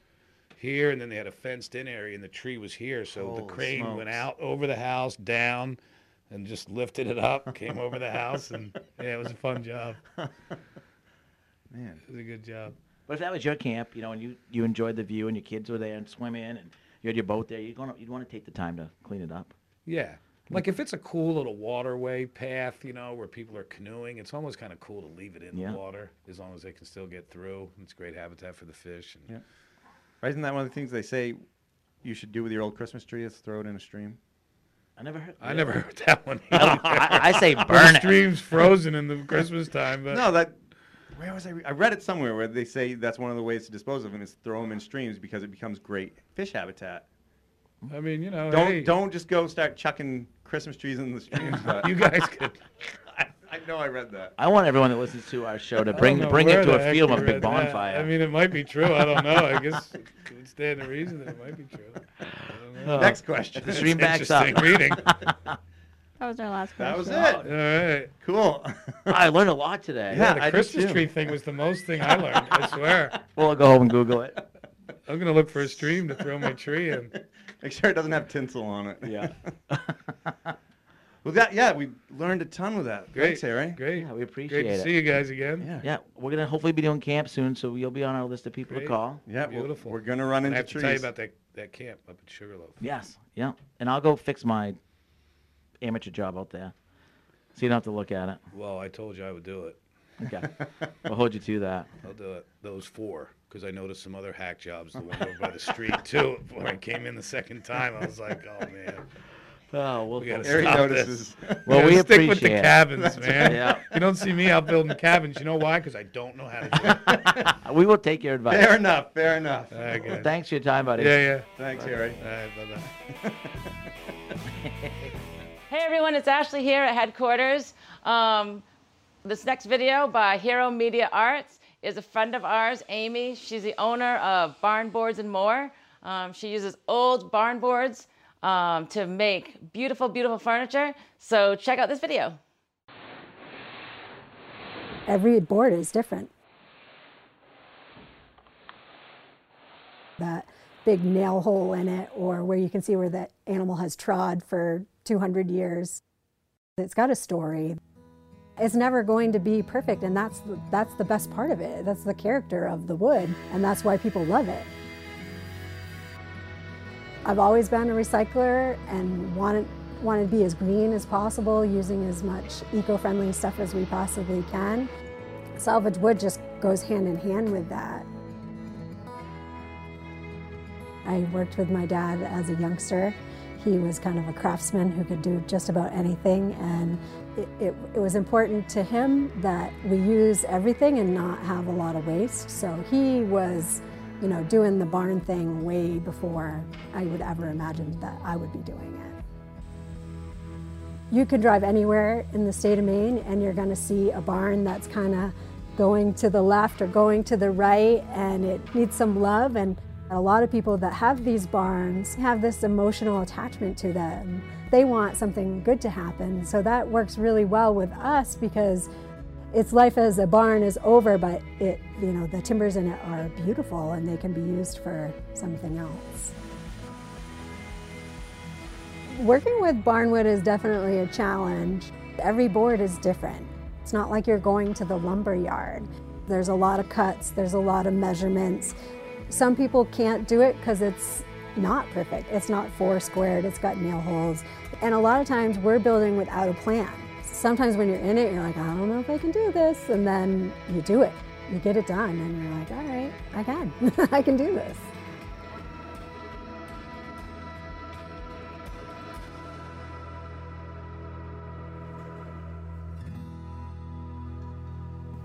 here, and then they had a fenced-in area, and the tree was here. So the Holy crane went smokes. out over the house, down, and just lifted it up, came over the house, and yeah, it was a fun job. man, It was a good job. But if that was your camp, you know, and you, you enjoyed the view and your kids were there and swim in and you had your boat there, you're gonna you'd want to take the time to clean it up. Yeah. Like if it's a cool little waterway path, you know, where people are canoeing, it's almost kind of cool to leave it in Yeah. the water as long as they can still get through. It's great habitat for the fish. And Yeah. right? Isn't that one of the things they say you should do with your old Christmas tree? Is throw it in a stream. I never heard. I never heard that one. I, I say the burn it. stream's frozen in the Christmas time, but No, that. Where was I? Re- I read it somewhere where they say that's one of the ways to dispose of them is throw them in streams because it becomes great fish habitat. I mean, you know, Don't hey, don't just go start chucking Christmas trees in the streams. But You Uh, guys could. I, I know I read that. I want everyone that listens to our show to I bring don't know bring it where to the a heck field you with a big read that. bonfire. I mean, it might be true. I don't know. I guess it would stand to reason that it might be true. I don't know. Oh. Next question. The stream backs up. Interesting reading. That was our last That was question. it. All right. Cool. I learned a lot today. Yeah, Yeah, the I did Christmas too. tree thing was the most thing I learned. I swear. Well, I'll go home and Google it. I'm gonna look for a stream to throw my tree in. Make sure it doesn't have tinsel on it. Yeah. Well, that yeah, we learned a ton with that. Great, Thanks, Harry. Great. Yeah, we appreciate Great to it. see you guys again. Yeah. Yeah, we're gonna hopefully be doing camp soon, so you'll be on our list of people to Great. call. Yeah, we're- Beautiful. We're, gonna run I into have to trees. tell you about that, that camp up at Sugarloaf. Yes. Yeah. And I'll go fix my amateur job out there, so you don't have to look at it. Well, I told you I would do it. Okay. we'll hold you to that. I'll do it. Oh, Those four, because I noticed some other hack jobs, the one over by the street too. When I came in the second time, I was like, oh man, Oh, we'll. we gotta Harry stop notices. this. Well, we gotta stick with the appreciate it. cabins, man. Yeah. You don't see me out building cabins. You know why? Because I don't know how to do it. we will take your advice. fair enough. Fair enough. All right, guys. Thanks for your time, buddy. Yeah, Thanks, Harry. yeah. All right, bye bye. Hey everyone, it's Ashley here at headquarters. Um, this next video by Hero Media Arts is a friend of ours, Amy. She's the owner of Barn Boards and More. Um, she uses old barn boards um, to make beautiful, beautiful furniture. So check out this video. every board is different. That big nail hole in it, or where you can see where that animal has trod for 200 years. It's got a story. It's never going to be perfect, and that's the, that's the best part of it. That's the character of the wood, and that's why people love it. I've always been a recycler and wanted wanted to be as green as possible, using as much eco-friendly stuff as we possibly can. Salvage wood just goes hand in hand with that. I worked with my dad as a youngster. He was kind of a craftsman who could do just about anything, and it, it, it was important to him that we use everything and not have a lot of waste. So he was, you know, doing the barn thing way before I would ever imagine that I would be doing it. You can drive anywhere in the state of Maine and you're going to see a barn that's kind of going to the left or going to the right and it needs some love. And a lot of people that have these barns have this emotional attachment to them. They want something good to happen. So that works really well with us because its life as a barn is over, but it, you know, the timbers in it are beautiful and they can be used for something else. Working with barnwood is definitely a challenge. Every board is different. It's not like you're going to the lumber yard. There's a lot of cuts, there's a lot of measurements. Some people can't do it because it's not perfect. It's not four squared, it's got nail holes. And a lot of times we're building without a plan. Sometimes when you're in it, you're like, I don't know if I can do this. And then you do it, you get it done, and you're like, all right, I can. I can do this.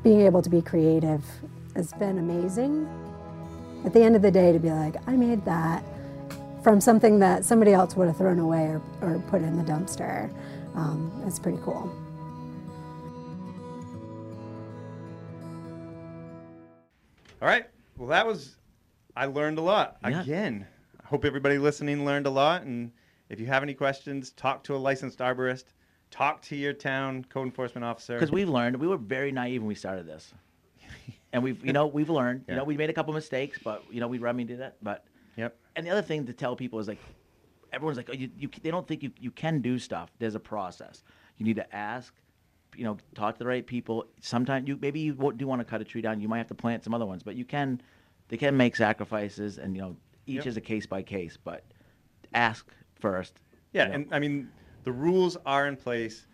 being able to be creative has been amazing. At the end of the day, to be like, I made that from something that somebody else would have thrown away or, or put in the dumpster, um, it's pretty cool. All right. Well, that was. I learned a lot Yeah. again. I hope everybody listening learned a lot, and If you have any questions, talk to a licensed arborist. Talk to your town code enforcement officer. because we've learned we were very naive when we started this, and we've you know we've learned you Yeah. know we made a couple mistakes, but you know we remedied it. But Yep. and the other thing to tell people is like everyone's like oh, you, you they don't think you, you can do stuff. There's a process. You need to ask, you know, talk to the right people. Sometimes you maybe you wa- do want to cut a tree down. You might have to plant some other ones, but you can they can make sacrifices, and you know each Yep. is a case by case. But ask first. Yeah, you know. and I mean, the rules are in place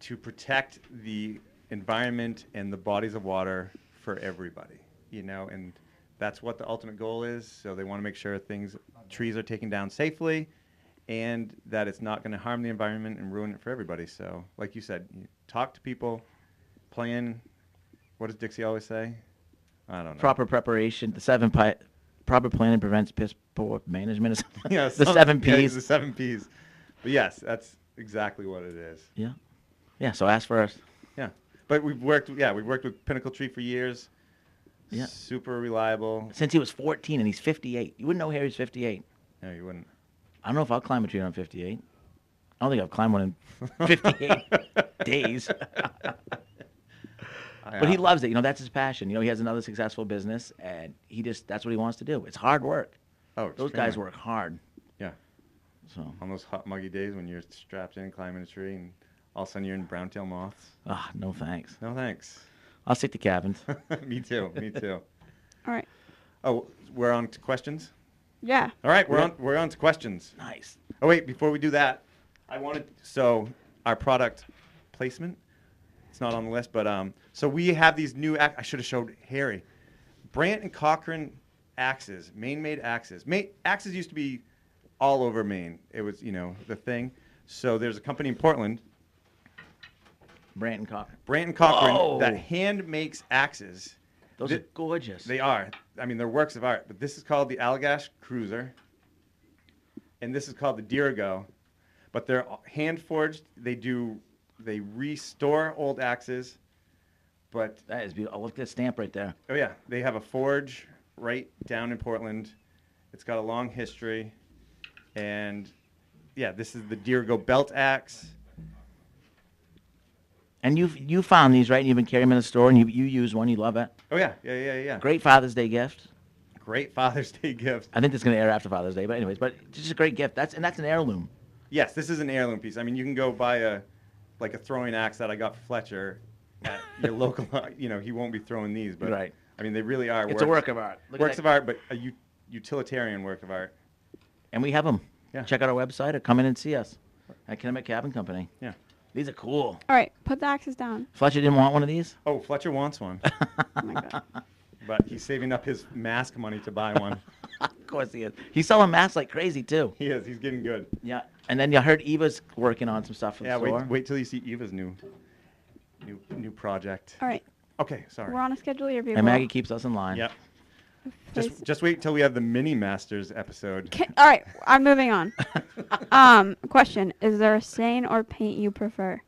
to protect the environment and the bodies of water for everybody, you know, and that's what the ultimate goal is. So they want to make sure things, trees are taken down safely and that it's not going to harm the environment and ruin it for everybody. So, like you said, you talk to people, plan. What does Dixie always say? I don't know. proper preparation, the seven pi- proper planning prevents piss poor management. Or something. Yeah, the some- seven yeah, P's. the seven P's. But yes, that's exactly what it is. Yeah, yeah. so ask first. Yeah, but we've worked. Yeah, we've worked with Pinnacle Tree for years. Yeah. super reliable. Since he was 14 and he's 58, you wouldn't know Harry's 58. No, you wouldn't. I don't know if I'll climb a tree when I'm 58. I don't think I've climbed one in 58 days. But he loves it. You know, that's his passion. You know, he has another successful business, and he just that's what he wants to do. It's hard work. Oh, Those guys extremely. work hard. Yeah, So, on those hot muggy days when you're strapped in climbing a tree and all of a sudden you're in brown tail moths. ah, no thanks. No thanks. I'll stick to cabins. me too. Me too. All right. Oh, we're on to questions. Yeah. All right, we're on. We're on to questions. nice. Oh wait, before we do that, I wanted so our product placement. It's not on the list, but um, so we have these new. Ac- I should have showed Harry, Brant and Cochran axes, Maine made axes. Maine axes used to be all over Maine. It was you know the thing. So there's a company in Portland, Brandon Cochran. Brant and Cochran, Whoa. that hand makes axes. Those Thi- are gorgeous. They are. I mean, they're works of art. But this is called the Allagash Cruiser, and this is called the Dirigo. But they're hand forged. They do. They restore old axes, but That is beautiful. Oh, look at that stamp right there. oh yeah, they have a forge right down in Portland. It's got a long history, and yeah, this is the Dirigo belt axe. And you you found these right, and you've been carrying them in the store, and you you use one, you love it. Oh yeah, yeah, yeah, yeah. Great Father's Day gift. Great Father's Day gift. I think it's gonna air after Father's Day, but anyways, but it's just a great gift. That's and that's an heirloom. Yes, this is an heirloom piece. I mean, you can go buy a like a throwing axe that I got for Fletcher at your local. You know, he won't be throwing these, but Right. I mean, they really are. It's a work of art. Look at works that. of art, but a u- utilitarian work of art. And we have them. Yeah. Check out our website or come in and see us at Kinetic Cabin Company. Yeah. These are cool. All right. Put the axes down. Fletcher didn't want one of these. Oh, Fletcher wants one, Oh my god. but he's saving up his mask money to buy one. Of course he is. He's selling masks like crazy too. He is. He's getting good. Yeah. And then you heard Eva's working on some stuff for Yeah. the store. Wait. Wait till you see Eva's new, new, new project. All right. Okay. Sorry. We're on a schedule here, people. And Maggie keeps us in line. Yep. Please- Just, just wait till we have the mini masters episode. Ca- all right. I'm moving on. um, question: Is there a stain or paint you prefer?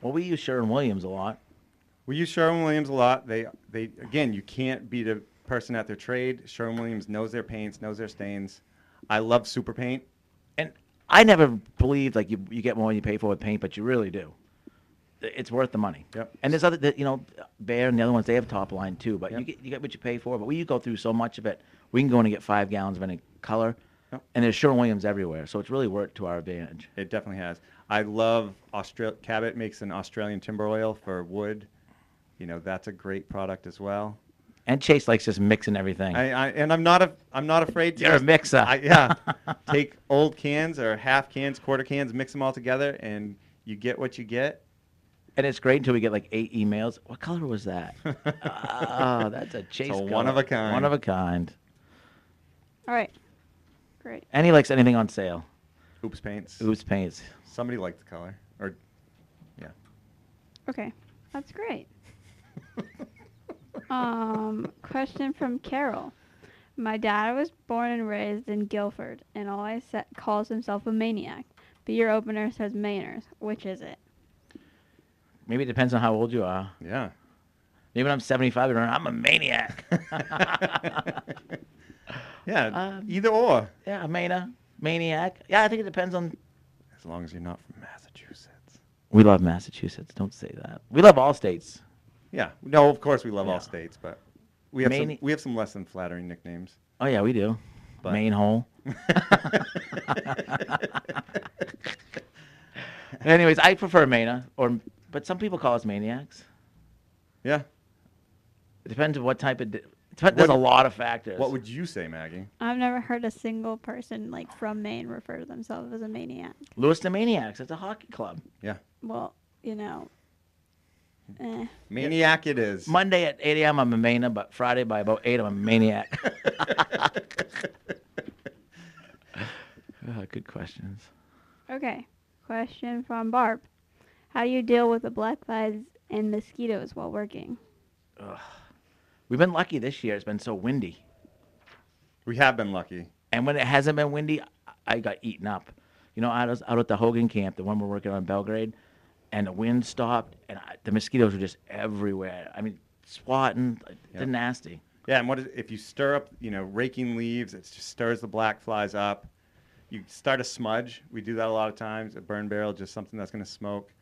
Well, we use Sherwin Williams a lot. We use Sherwin Williams a lot. They they again, you can't beat a person at their trade. Sherwin Williams knows their paints, knows their stains. I love Super Paint. and I never believed like you, you get more than you pay for with paint, but you really do. It's worth the money. Yep. And there's other, that, you know, Bear and the other ones, they have top line too, but you Yep. get you get what you pay for. But we go through so much of it, we can go in and get five gallons of any color, Yep. and there's Sherwin Williams everywhere, so it's really worked to our advantage. It definitely has. I love Austral Cabot makes an Australian timber oil for wood. You know, that's a great product as well. And Chase likes just mixing everything. I, I and I'm not a I'm not afraid to You're a just- mixer. I, yeah. Take old cans or half cans, quarter cans, mix them all together and you get what you get. and it's great until we get like eight emails. What color was that? oh, that's a Chase. a color. one of a kind. One of a kind. All right. Great. And he likes anything on sale. Oops paints. Oops, paints. Somebody liked the color. Or yeah. Okay. That's great. um, question from Carol. My dad was born and raised in Guilford and always sa- calls himself a maniac. But your opener says Mainers. Which is it? Maybe it depends on how old you are. Yeah. Maybe when I'm 75 and I'm a maniac. Yeah, Um, either or. yeah, a mana. maniac? Yeah, I think it depends on. As long as you're not from Massachusetts. We love Massachusetts. Don't say that. We love all states. Yeah. No, of course we love Yeah. all states, but we have Mani- some we have some less than flattering nicknames. Oh yeah, we do. Main hole. Anyways, I prefer Mana, or but some people call us maniacs. Yeah. It depends on what type of. Di- depends, there's a What- lot of factors. What would you say, Maggie? I've never heard a single person like from Maine refer to themselves as a maniac. Lewiston Maniacs? It's a hockey club. Yeah. Well, you know. Eh. Maniac it is. Monday at 8 a.m. I'm a Mana, but Friday by about 8 I'm a maniac. Uh, good questions. Okay. Question from Barb. How do you deal with the black flies and mosquitoes while working? We've been lucky this year. It's been so windy. we have been lucky. And when it hasn't been windy, I- I got eaten up. You know, I was out at the Hogan camp, the one we're working on in Belgrade, and the wind stopped, and I, the mosquitoes were just everywhere. I mean, swatting, like, they're nasty. Yeah, and what is, if you stir up, you know, raking leaves, it just stirs the black flies up. You start a smudge. We do that a lot of times. A burn barrel, just something that's going to smoke.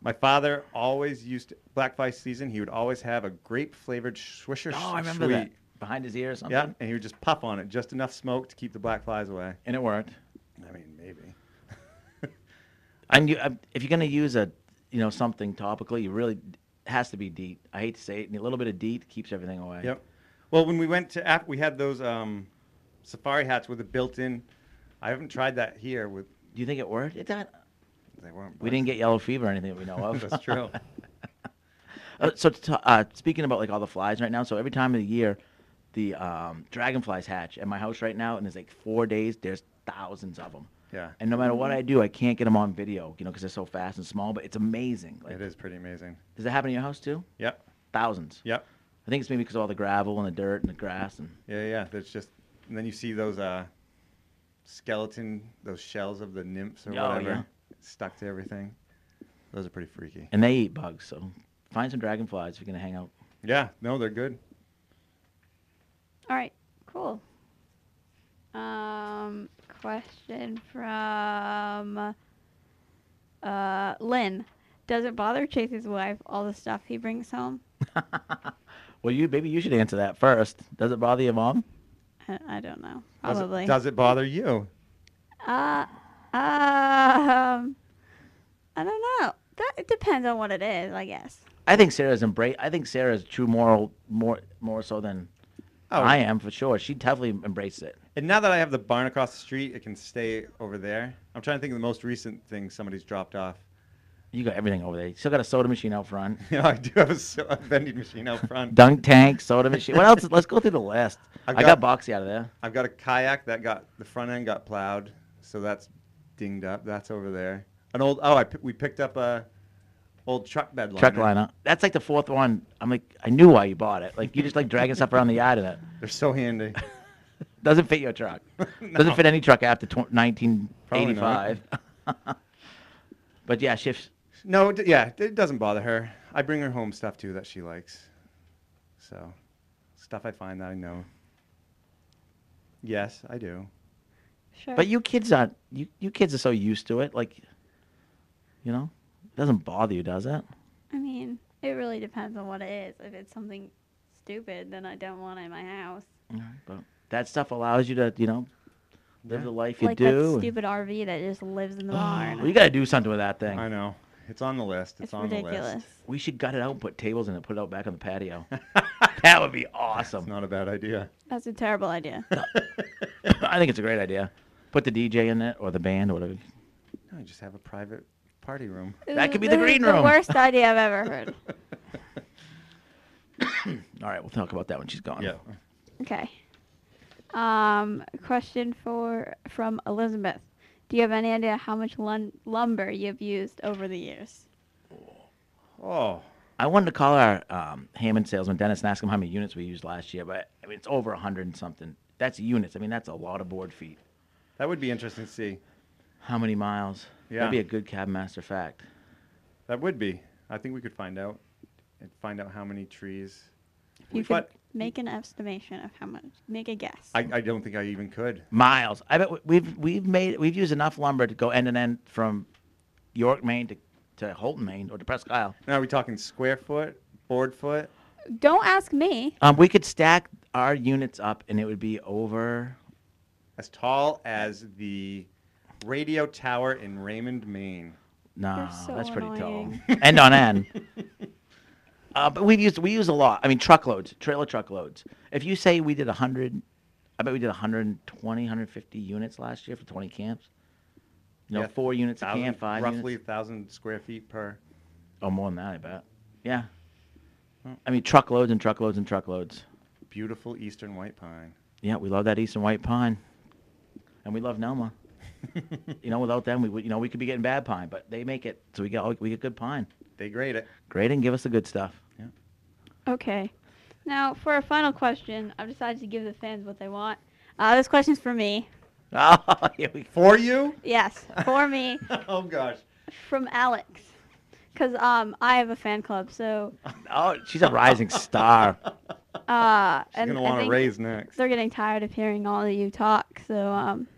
My father always used to, black fly season. He would always have a grape flavored swisher. Oh, I remember sweet. that. Behind his ear or something. Yeah, and he would just puff on it, just enough smoke to keep the black flies away. And it worked. I mean, maybe. And you, I- if you're going to use a, you know, something topical, you really it has to be DEET. I hate to say it, and a little bit of DEET keeps everything away. Yep. Well, when we went to Af- we had those um, safari hats with a built-in. I haven't tried that here with. Do you think it worked? It did. They weren't. We didn't get yellow fever or anything that we know of. That's true. Uh, so to ta- uh, speaking about like all the flies right now, so every time of the year, the um, dragonflies hatch at my house right now, and there's like four days. There's thousands of them. Yeah. And no matter what I do, I can't get them on video, you know, because they're so fast and small. But it's amazing. Like, it is pretty amazing. Does that happen in your house too? Yep. Thousands. Yep. I think it's maybe because of all the gravel and the dirt and the grass and Yeah, yeah. That's just. And then you see those uh, skeleton, those shells of the nymphs or Oh, whatever, yeah. stuck to everything. Those are pretty freaky. and they eat bugs. So find some dragonflies if you're gonna hang out. Yeah. No, they're good. All right. Cool. Um, question from uh, Lynn. Does it bother Chase's wife all the stuff he brings home? Well, you maybe you should answer that first. Does it bother your mom? I, I don't know. Does it- Probably. Does it, bother you? Uh, um, I don't know. That it depends on what it is, I guess. I think Sarah's embrace. I think Sarah's true moral more more so than Oh. I am for sure. She definitely embraced it. And now that I have the barn across the street, it can stay over there. I'm trying to think of the most recent thing somebody's dropped off. You got everything over there. You still got a soda machine out front, You know, I do have a, so- a vending machine out front. dunk tank, soda machine. What else? Let's go through the list. I've I got, got- Boxy out of there. I've got a kayak that got the front end got plowed, so that's dinged up. That's over there. An old oh, I pi- we picked up a old truck bed liner. Truck liner. That's like the fourth one. I'm like, I knew why you bought it. Like you just like dragging stuff around the yard in it. They're so handy. Doesn't fit your truck. Doesn't fit any truck after tw- 1985. but yeah, shifts. no, it, d- yeah, it doesn't bother her. I bring her home stuff too that she likes, so stuff I find that I know. Yes, I do. Sure. But you kids aren't. You you kids are so used to it. Like, you know, it doesn't bother you, does it? I mean, it really depends on what it is. If it's something stupid, then I don't want it in my house. But that stuff allows you to, you know, live the life you like do. that and- stupid RV that just lives in the Well, you barn. got to do something with that thing. I know. It's on the list. It's, It's on the ridiculous. list. We should gut it out and put tables in it, put it out back on the patio. that would be awesome. It's not a bad idea. That's a terrible idea. I think it's a great idea. Put the DJ in it or the band or whatever. No, just have a private party room. This could is- be the this is green room. The worst idea I've ever heard. All right, we'll talk about that when she's gone. Yeah. Okay. Um, question for from Elizabeth. Do you have any idea how much lun- lumber you've used over the years? Oh. I wanted to call our um, Hammond salesman, Dennis, and ask him how many units we used last year, but I mean, it's over 100 and something. That's units. I mean, that's a lot of board feet. That would be interesting to see. How many miles? Yeah. That'd be a good cabin master fact. That would be. I think we could find out and find out how many trees. You but Make an estimation of how much. Make a guess. I, I don't think I even could. miles. I bet we- we've we've made we've used enough lumber to go end to end from York, Maine to, to Holton, Maine, or to Presque Isle. Now, are we talking square foot, board foot? Don't ask me. Um, we could stack our units up, and it would be over. As tall as the radio tower in Raymond, Maine. No, You're so that's pretty annoying. tall. end on end. Uh, but we've used we use a lot. I mean, truckloads, trailer truckloads. If you say we did hundred, I bet we did 120, 150 units last year for twenty camps. You know, Yeah, four units a Thousand- camp, five roughly units. a thousand square feet per. Oh, more than that, I bet. Yeah. I mean, truckloads and truckloads and truckloads. Beautiful eastern white pine. Yeah, we love that eastern white pine, and we love Nelma. you know, without them, we would, you know, we could be getting bad pine, but they make it, so we get all- we get good pine. They grade it. Great, and give us the good stuff. Yeah. Okay. Now, for a final question, I've decided to give the fans what they want. Uh, this question's for me. Oh, here we go. For you? Yes, for me, oh gosh. from Alex. Because um, I have a fan club, so. Oh, she's a rising star. Uh, She's and gonna I want to think raise next. They're getting tired of hearing all of you talk, so. Um,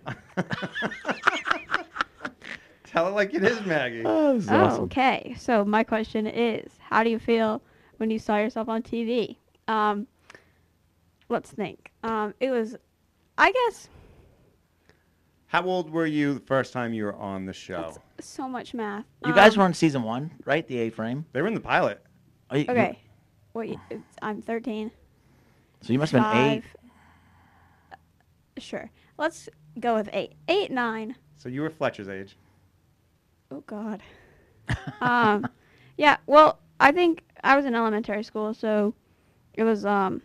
Tell it like it is, Maggie. oh, okay. So, my question is how do you feel when you saw yourself on TV? Um, let's think. Um, it was, I guess, How old were you the first time you were on the show? so much math. You guys Um, were on season one, right? The Oh, A frame. They were in the pilot. Okay. What? y- it's- I'm 13. So you must have been eight. Uh, Sure. Let's go with eight. Eight, nine. So you were Fletcher's age. Oh God. um, yeah. Well, I think I was in elementary school, so it was um,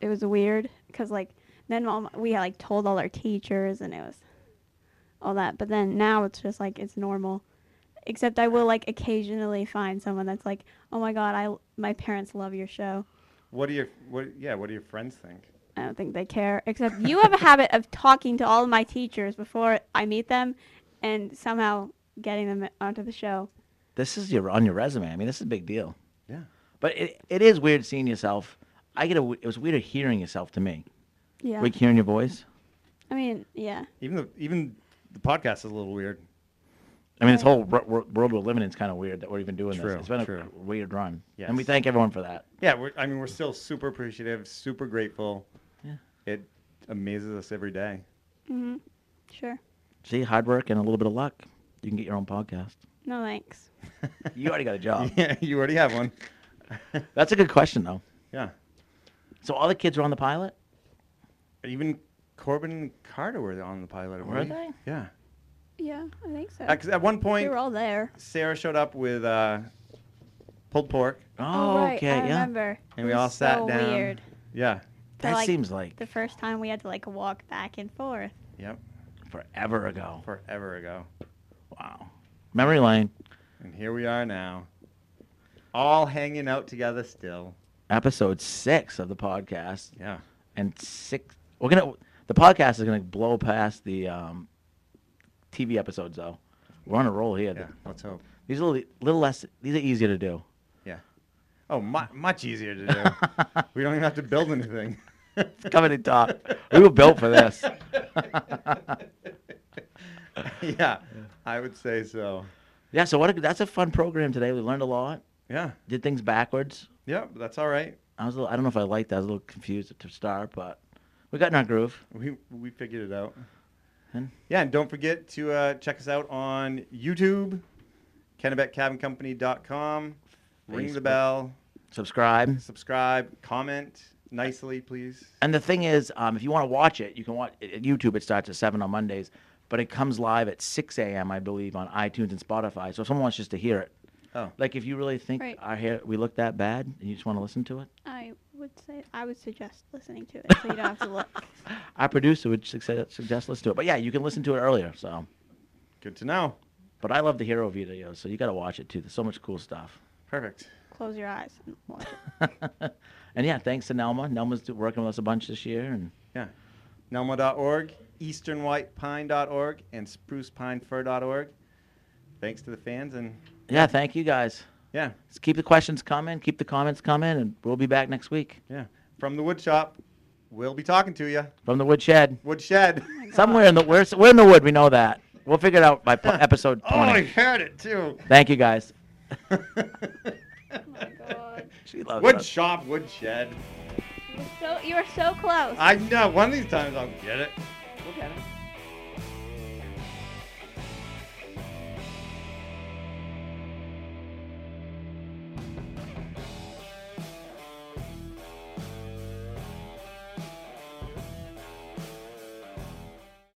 it was weird because like then all my- we had, like told all our teachers and it was all that. But then now it's just like it's normal. Except I will like occasionally find someone that's like, oh my God, I my parents love your show. What do your what? Yeah, what do your friends think? I don't think they care. Except you have a habit of talking to all of my teachers before I meet them, and somehow getting them onto the show. This is your on your resume. I mean, this is a big deal. Yeah. But it, it is weird seeing yourself. I get a. w- It was weird hearing yourself to me. Yeah. Like hearing your voice. I mean, yeah. Even the even the podcast is a little weird. I mean, this whole wor- wor- world we're living in is kind of weird that we're even doing True, this. It's been a true. c- weird run, and Yes. we thank everyone for that. Yeah, we're, I mean we're still super appreciative, super grateful. Yeah. It amazes us every day. Sure. See, hard work and a little bit of luck, you can get your own podcast. No thanks. You already got a job. Yeah, you already have one. That's a good question, though. Yeah. So all the kids were on the pilot. Even Corbin and Carter were on the pilot. Were weren't they? Yeah. Yeah, I think so. Because at one we point, were all there. Sarah showed up with uh, pulled pork, Oh, right, okay, I yeah. remember. and It we was all sat so down. Weird. Yeah. That like, seems like The first time we had to like walk back and forth. Yep. forever ago. Forever ago. Wow. Memory lane. And here we are now, all hanging out together still. episode six of the podcast, Yeah. and six. We're gonna. The podcast is gonna blow past the um, TV episodes, though. We're on a roll here. Yeah. Let's hope. These are a little, little less. These are easier to do. Yeah. Oh, mu- much easier to do. we don't even have to build anything. Coming in top. we were built for this. yeah, I would say so. Yeah. So what? A, that's a fun program today. We learned a lot. Yeah. Did things backwards. Yeah, that's all right. I was. A little, I don't know if I liked that. I was a little confused to start, but we got in our groove. We we figured it out. Hmm. Yeah, and don't forget to uh, check us out on YouTube, KennebecCabinCompany.com. Ring the Facebook. bell, Subscribe. subscribe, comment nicely, please. And the thing is, um, if you want to watch it, you can watch it at YouTube. It starts at seven on Mondays, but it comes live at six a.m. I believe on iTunes and Spotify. So if someone wants just to hear it, Oh, like if you really think Right. our hair we look that bad, and you just want to listen to it, I would say I would suggest listening to it so you don't have to look. our producer would suggest, suggest listen to it. But yeah, you can listen to it earlier. So, good to know. but I love the hero videos, so you got to watch it too. There's so much cool stuff. Perfect. Close your eyes and watch it. And yeah, thanks to Nelma. Nelma's do- working with us a bunch this year, and Yeah. Nelma.org, easternwhitepine.org, and sprucepinefir.org. Thanks to the fans, and yeah, thank you guys. yeah, Just keep the questions coming, keep the comments coming, and we'll be back next week. yeah. from the wood shop. We'll be talking to you. From the woodshed. Woodshed. Somewhere in the we're, s- we're in the wood. We know that. We'll figure it out by po- episode oh, I 20. heard it too. Thank you guys. Oh my god. She loves Wood us. shop, woodshed. You were so you were so close. I know. One of these times I'll get it. We'll get it.